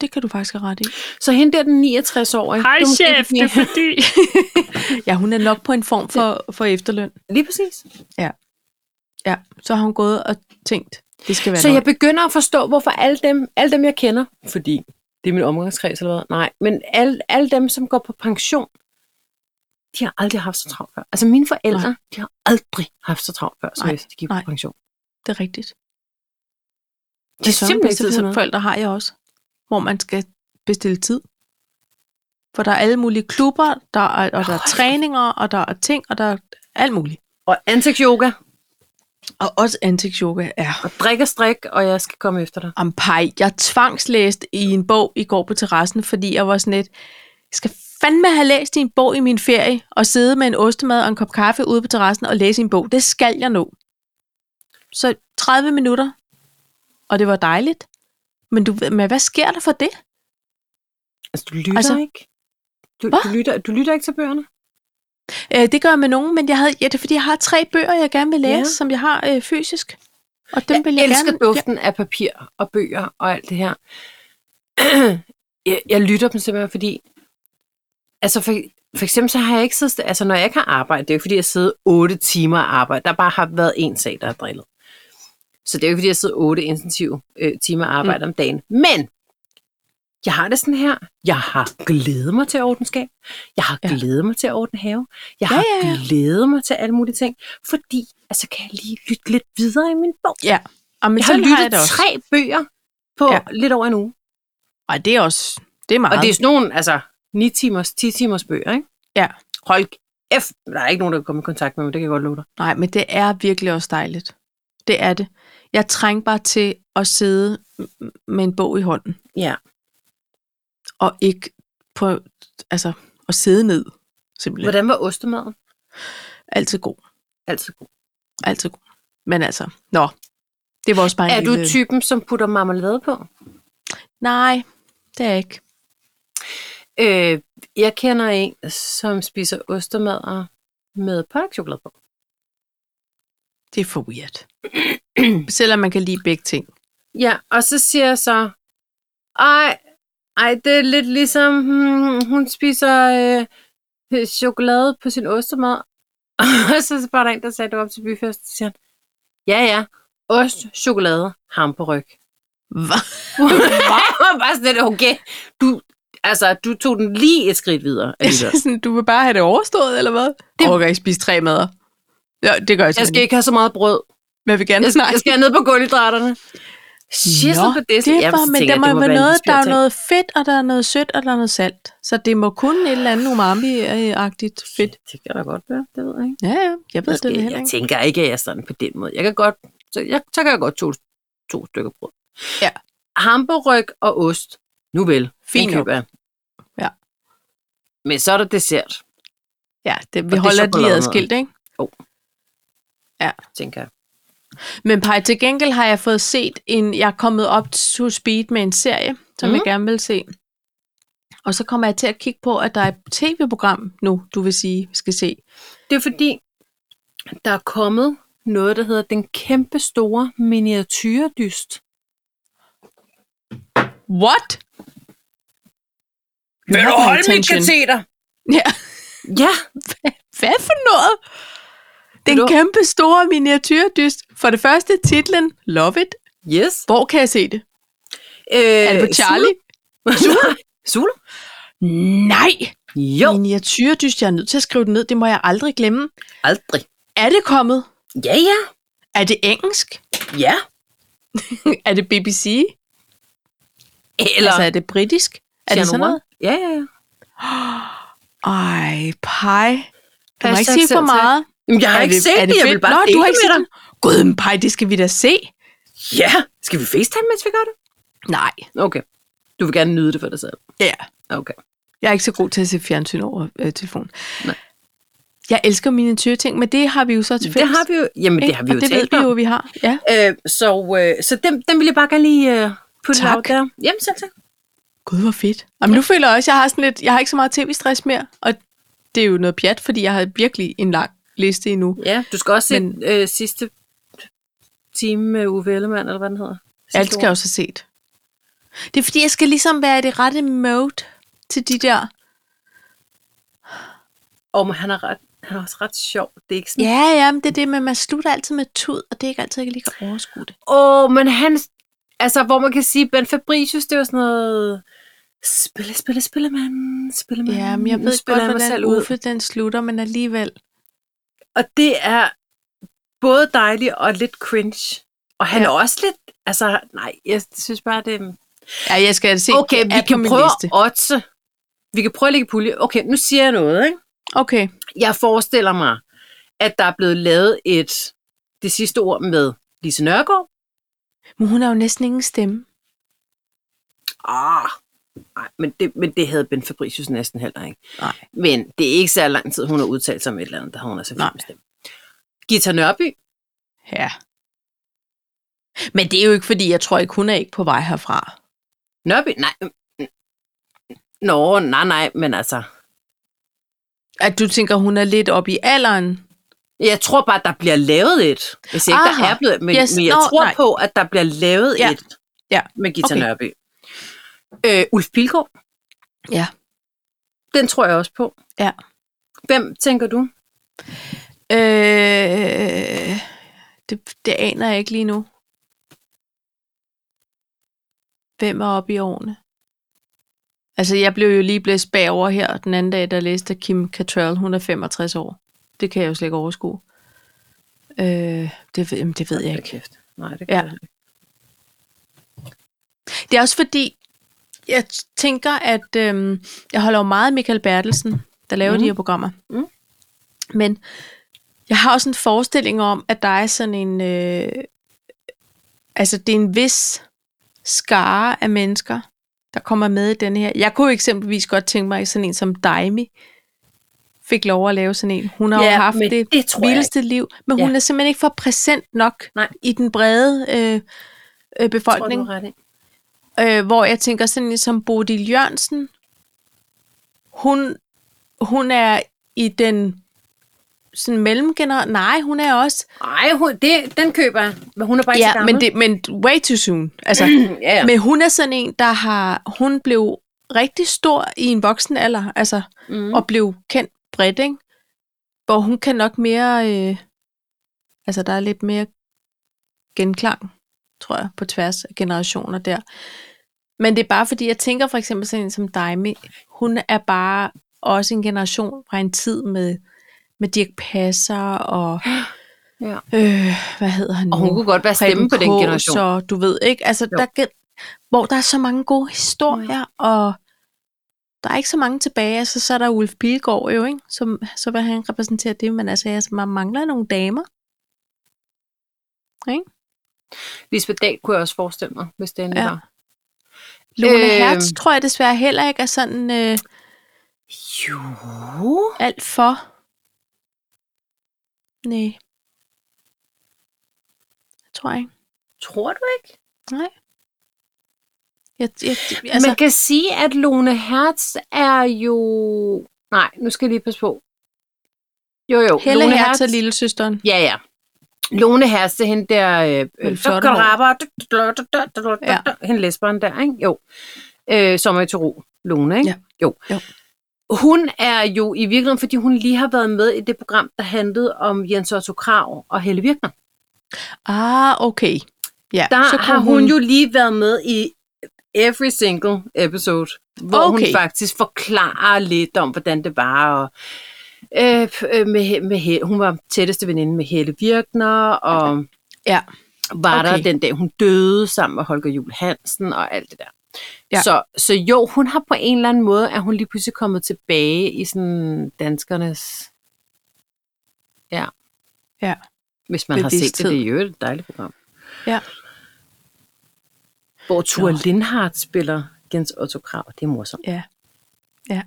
Det kan du faktisk have ret i.
Så hende der, den 69-årige. det er måske fordi-
fordi... ja, hun er nok på en form for, for efterløn.
Lige præcis.
Ja, så har hun gået og tænkt, det skal være
Så
løgn.
jeg begynder at forstå, hvorfor alle dem, alle dem jeg kender, fordi det er min omgangskreds eller hvad, nej, men alle, alle dem, som går på pension, de har aldrig haft så travlt før. Altså mine forældre, Nej. de har aldrig haft så travlt før, som
Nej,
efter de gik
nej.
på pension.
Det er rigtigt.
Det er simpelthen ikke til at finde ud
som
af.
forældre har jeg også, hvor man skal bestille tid. For der er alle mulige klubber, der er, og der er
Åh,
træninger, og der er ting, og der er alt muligt.
Og ansigtsyoga,
Og også antiksyoga er
og drik og strik, og jeg skal komme efter dig.
ampej. Jeg tvangslæste i en bog i går på terrassen, fordi jeg var sådan lidt, jeg skal fandme have læst din bog i min ferie, og sidde med en ostemad og en kop kaffe ude på terrassen og læse en bog. Det skal jeg nå. Så 30 minutter, og det var dejligt. Men, du, ved- men hvad sker der for det?
Altså, du lytter
Altså,
altså, ikke? Du,
hvad?
du, lytter, du lytter ikke til bøgerne?
Øh, det gør jeg med nogen, men jeg havde, ja, det er fordi, jeg har tre bøger, jeg gerne vil læse,
Ja.
ja. som jeg har øh, fysisk. Og dem vil jeg,
jeg elsker
gerne...
duften af papir og bøger og alt det her. jeg, jeg lytter dem simpelthen, fordi... Altså, for, for eksempel så har jeg ikke siddet... Altså, når jeg ikke har arbejdet, det er jo ikke, fordi, jeg sidder 8 timer og arbejder. Der bare har været en sag, der er drillet. Så det er jo ikke, fordi, jeg sidder 8 intensive øh, timer og arbejder mm. om dagen. Men jeg har det sådan her. Jeg har glædet mig til at ordne skab. Jeg har
Ja.
glædet mig til at ordne have. Jeg
Ja,
har
ja, ja.
glædet mig til alle mulige ting. Fordi, altså, kan jeg lige lytte lidt videre i min bog.
Ja, og men
Jeg har
sådan
lyttet
har jeg det også.
tre bøger på ja.
Ja.
lidt over en uge.
Ej, det er også... Det er
Og
meget.
det er sådan nogle, altså, 9 timers, 10 timers bøger, ikke?
Ja.
Hold F. Der er ikke nogen, der kan komme i kontakt med mig, det kan jeg godt love dig.
Nej, men det er virkelig også dejligt. Det er det. Jeg trænger bare til at sidde m- med en bog i hånden,
Ja.
og ikke på... Altså, at sidde ned, simpelthen.
Hvordan var ostemaden?
Altid god.
Altså, god.
Altid god. Men altså, nå. Det var også bare en
er du
lille-
typen, som putter marmelade på?
Nej, det er jeg ikke.
Øh, jeg kender en, som spiser ostemader med pålægtschokolade på.
Det er for weird. Selvom man kan lide begge ting.
Ja, og så siger jeg så, ej, ej det er lidt ligesom, hmm, hun spiser øh, øh, chokolade på sin ostemad. og så var der en, der sagde, det var op til byfest, så siger han, ja ja, ost, chokolade, ham på ryg.
Hva?
bare sådan lidt, okay, du, altså, du tog den lige et skridt videre. alligevel.
sådan, du vil bare have det overstået, eller hvad? Det... Orker ikke spise tre mader. Ja, det gør jeg,
Jeg
simpelthen
skal
ikke.
ikke have så meget brød.
Men jeg vil gerne
Jeg skal,
snakke.
jeg skal ned på gulvhydraterne. Shit, så på det.
det er for,
så
men
tænker
der må
jeg, det
jo være
en
noget, der er
spirting.
noget fedt, og der er noget sødt, og der er noget salt. Så det må kun et eller andet umami-agtigt fedt.
Det kan da godt være, det ved jeg ikke.
Ja, ja, jeg ved
Måske,
det, det heller
jeg
ikke.
tænker ikke, at jeg er sådan på den måde. Jeg kan godt, så, jeg, så kan jeg godt to, to stykker brød.
Ja.
Hamburg og ost. Nu vel.
Fint
Den køber jeg.
Ja.
Men så er der dessert,
Ja, det, vi
det er
holder det lige
chokoladen.
adskilt, ikke?
tænker jeg.
Men Paj, til gengæld har jeg fået set en, jeg er kommet op to speed med en serie, som mm. jeg
Mhm.
gerne vil se. Og så kommer jeg til at kigge på, at der er et tv-program nu, du vil sige, vi skal se.
Det er fordi, der er kommet noget, der hedder den kæmpe store miniatyrdyst.
What? You have my attention.
kateter?
Ja,
Ja,
hvad for noget? Den
Ved du-
kæmpe store miniatyrdyst. For det første titlen, Love It.
yes.
Hvor kan jeg se det?
Øh,
Er det på Charlie?
Sula? Sula?
Nej!
Jo,
Miniatyrdyst, jeg er nødt til at skrive det ned. Det må jeg aldrig glemme.
aldrig.
Er det kommet?
Ja, ja.
Er det engelsk?
Ja.
er det BBC?
Eller
Altså, er det britisk? Er det sådan
Genre?
noget?
Ja, ja, ja.
Ej, pej. Du må ikke
Hashtag
sige for
selv tak.
meget.
Jamen, jeg har
er
ikke set det, jeg vil
fedt?
bare
Nå, du
dele
har
det
ikke
med
set
dig.
det? Gud, men pej, det skal vi da se.
Ja, skal vi facetime, mens vi gør det?
Nej,
Okay. Du vil gerne nyde det for dig selv.
ja.
Okay.
Jeg er ikke så god til at se fjernsyn over øh, telefon.
Nej.
Jeg elsker miniatyrting, men det har vi jo så til
Det har vi jo, jamen det
ikke?
har vi jo
Og det ved
talt
vi jo,
om.
vi har. Ja.
Øh, så øh, så den, den vil jeg bare gerne lige øh, putte
Tak.
out der. Jamen selv tak.
Gud, hvor fedt. Jamen, nu føler jeg også, at jeg har sådan lidt, jeg har ikke så meget tv-stress mere, og det er jo noget pjat, fordi jeg har virkelig en lang liste endnu.
Ja, du skal også se
Men-
Men... øh, sidste time med Uwe Ellemann, eller hvad den hedder. Sidste
Alt skal
år.
jeg også have set. Det er fordi, jeg skal ligesom være i det rette mode til de der...
Og men han er, ret, han er også ret sjov. Det er ikke sådan,
Ja, ja, men det er det med, at man slutter altid med tud, og det er ikke altid, jeg lige kan overskue det.
Åh, men han... Altså, hvor man kan sige, Ben Fabricius, det var sådan noget Spille, spille, spillemand, spillemand.
Ja, men jeg
Nu
ved
spiller
godt,
mig
hvordan
selv ud.
Uffe den slutter, men alligevel.
Og det er både dejligt og lidt cringe. Og han
Ja.
ja. er også lidt, altså nej, jeg synes bare, det er...
Ja, jeg skal se,
Okay,
det er
vi
på
kan
min
prøve
liste.
at otse. Vi kan prøve at lægge pulje. Okay, nu siger jeg noget, ikke?
Okay,
Jeg forestiller mig, at der er blevet lavet et, det sidste ord med Lise Nørgaard.
men hun har jo næsten ingen stemme.
Ah, nej, men det, men det havde Ben Fabricius næsten heller ikke.
Nej.
Men det er ikke så lang tid, hun har udtalt sig om et eller andet, der har hun altså
Nej.
fremstemt. Gita Nørby,
Ja. Men det er jo ikke, fordi jeg tror ikke, hun er ikke på vej herfra.
Nørby, nej. mm, mm. Nå, nej, nej, men altså.
At du tænker, hun er lidt oppe i alderen?
Jeg tror bare, der bliver lavet et. Hvis ikke Aha. der
Aha.
er blevet, men,
Yes,
yes. men jeg
nå,
tror
nej.
nej. på, at der bliver lavet
Ja.
ja. et
Ja,
med Gita
okay.
okay. Nørby. Øh, Ulf Pilgaard.
Ja.
Den tror jeg også på.
Ja.
Hvem tænker du?
Øh, det, det aner jeg ikke lige nu. Hvem er oppe i årene? Altså, jeg blev jo lige blæst bagover her den anden dag, der læste at Kim Cattrall. Hun er 65 år. Det kan jeg jo slet ikke overskue. Øh, det, ved, jamen, det ved jeg ikke.
Kæft. Nej, det
Ja.
kan ja. jeg ikke.
Det er også fordi, jeg t- tænker, at øhm, jeg holder jo meget af Michael Bertelsen, der laver mm.
Mhm.
de her programmer.
Mhm.
Men jeg har også en forestilling om, at der er sådan en... Øh, altså, det er en vis skare af mennesker, der kommer med i den her. Jeg kunne jo eksempelvis godt tænke mig, at sådan en som Daimi fik lov at lave sådan en. Hun har ja,
Ja,
jo haft
men
det,
det tror jeg
vildeste liv, men ja. hun
Ja.
er simpelthen ikke for præsent nok
Nej.
i den brede øh, øh,
Jeg tror, du
befolkning
har ret i.
øh, hvor jeg tænker sådan lidt som Bodil Jørgensen, hun, hun er i den sådan mellemgeneration. Nej, hun er også.
Ej, hun, det, den køber jeg. Men hun er bare ikke så
Ja,
gammel.
men, det, men way too soon. Altså,
ja, ja.
men hun er sådan en, der har, hun blev rigtig stor i en voksen alder, altså, mm.
Mm.
og blev kendt bredt, ikke? Hvor hun kan nok mere, øh, altså der er lidt mere genklang, tror jeg, på tværs af generationer der. Men det er bare fordi, jeg tænker for eksempel sådan en som Daimi, hun er bare også en generation fra en tid med, med Dirk Passer og,
Ja.
øh, hvad hedder han
Og
nu?
hun kunne godt være stemme på den
Altså, Preben Kaas,
generation.
Og du ved ikke, altså,
Jo. Mm.
der, kan- hvor der er så mange gode historier, og der er ikke så mange tilbage. Altså, så er der Ulf Bilgaard jo, ikke? Som, så vil han repræsentere det, men altså, jeg, man mangler nogle damer.
Lisbeth Dahl kunne jeg også forestille mig, hvis det endelig
Ja.
ja. var.
Lone øh,
Øhm.
Hertz tror jeg desværre heller ikke er sådan øh,
Jo.
alt for. Nej. Jeg tror ikke.
Tror du ikke?
Nej. Jeg, jeg, jeg,
Altså,
altså,
Man kan sige, at Lone Hertz er jo... Nej, nu skal jeg lige passe på. Jo, jo.
Helle Hertz er lille søsteren.
Ja, ja. Lone Hertz, det er hende der... Øh,
Vel
øh,
flotte hår.
rapper, du- du- du- du- du- du- du-
Ja.
du- Hende lesberen der, ikke? Jo. Øh, Sommer i Toro, Lone, ikke?
Ja.
Jo.
Jo.
Hun er jo i virkeligheden, fordi hun lige har været med i det program, der handlede om Jens Otto Krav og Helle Virkner.
Ah, okay. Ja,
der
så
så
kunne
har hun, hun jo lige været med i every single episode, hvor okay.
Okay.
hun faktisk forklarer lidt om, hvordan det var. Og, øh, p- øh, med, med, Hel- hun var tætteste veninde med Helle Virkner, og
Ja.
var okay.
Okay.
der den dag, hun døde sammen med Holger Jul Hansen og alt det der.
Ja.
Så, så jo, hun har på en eller anden måde, at hun lige pludselig kommet tilbage i sådan danskernes... Ja.
Ja.
Hvis man har set det,
Bevidsthed.
det er jo et dejligt program.
Ja.
Hvor Ture
Nå.
Lindhardt spiller Jens Otto Krav. Det er morsomt.
Ja. Ja.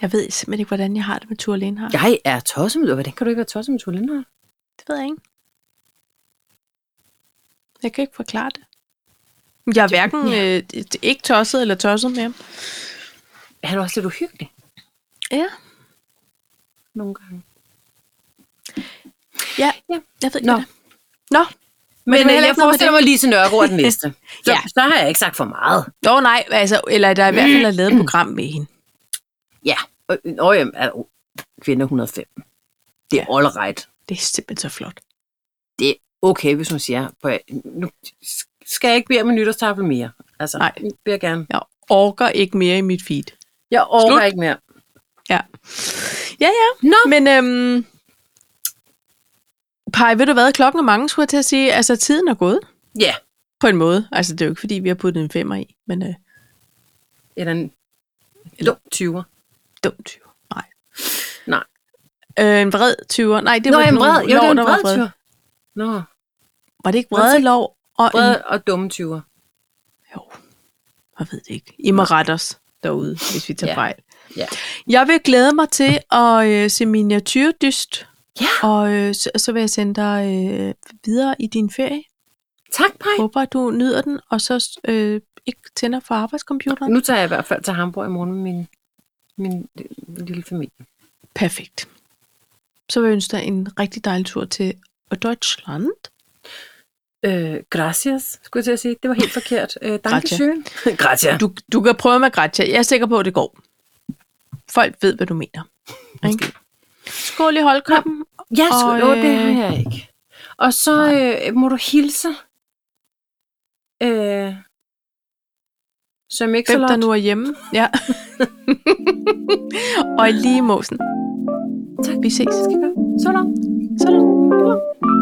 Jeg ved simpelthen ikke, hvordan jeg har det med Ture Lindhardt. Ja.
Jeg er tosset med, hvordan kan du ikke være tosset med Ture Lindhardt?
Det ved jeg ikke. Jeg kan ikke forklare det. Jeg er hverken øh, d- ikke tosset eller tosset med ham.
Han er også lidt uhyggelig
Ja.
nogle gange.
ja.
Ja.
Jeg ved ikke,
Nå.
hvad det er. Nå.
Men,
det var
Men
heller
jeg
ikke noget med
forestiller mig Lise Nørgaard er den næste. Så,
Ja.
ja. så har jeg ikke sagt for meget.
Nå, nej. Altså, eller der er i hvert fald er lavet et program med hende.
Ja. Og, og jamen, altså, kvinde 105. Det er ja. all right.
Det er simpelthen så flot.
Det er okay, hvis hun siger, på, nu skal jeg ikke bede om en nytårstafel mere. Altså,
Nej.
det vil jeg gerne.
Jeg orker ikke mere i mit feed.
Jeg overgår
Slut.
ikke mere.
Ja. Ja, ja.
Nå.
Men øhm, Paj, ved du hvad? Klokken er mange, skulle jeg til at sige. Altså, tiden er gået
Ja.
på en måde. Altså, det er jo ikke, fordi vi har puttet en femmer i, men øh,
Eller en
Eller-
dum 20'er.
dumt jo. Nej.
Nej.
Øh, en vred 20'er. Nej, det
Nå,
var
en
ikke
vred.
nogen
Jo, det
lov,
er en
der
vred
vrede.
20'er. Nå,
Var det ikke
Hvorfor
vrede
ikke?
lov? Og en,
vred og dumme 20'er.
jo, jeg ved det ikke. I må rette os derude, hvis vi tager
Ja.
fejl.
Ja.
Jeg vil glæde mig til at øh, se miniatyrdyst,
Ja.
og øh, så, så vil jeg sende dig øh, videre i din ferie.
Tak, Paj.
håber, at du nyder den, og så øh, ikke tænder for arbejdscomputeren.
Nu tager jeg i hvert fald til Hamburg i morgen med min, min øh, lille familie.
Perfekt. Så vil jeg ønske dig en rigtig dejlig tur til Deutschland.
Øh, gracias, skulle jeg til at sige. Det var helt forkert. Øh, danke
Grazie.
schön. Gracias.
Du, du kan prøve med Gratia. Jeg er sikker på, at det går. Folk ved, hvad du mener. Ikke? Skål i holdkoppen.
Ja, sgu,
Og,
og, øh... det
øh,
har jeg ikke. Og så øh, må du hilse. Øh, som ikke
Hvem
så
der nu er hjemme. Ja. og i lige måsen.
Tak.
Vi ses.
Skal gøre. Så langt.
Så langt.
Så langt.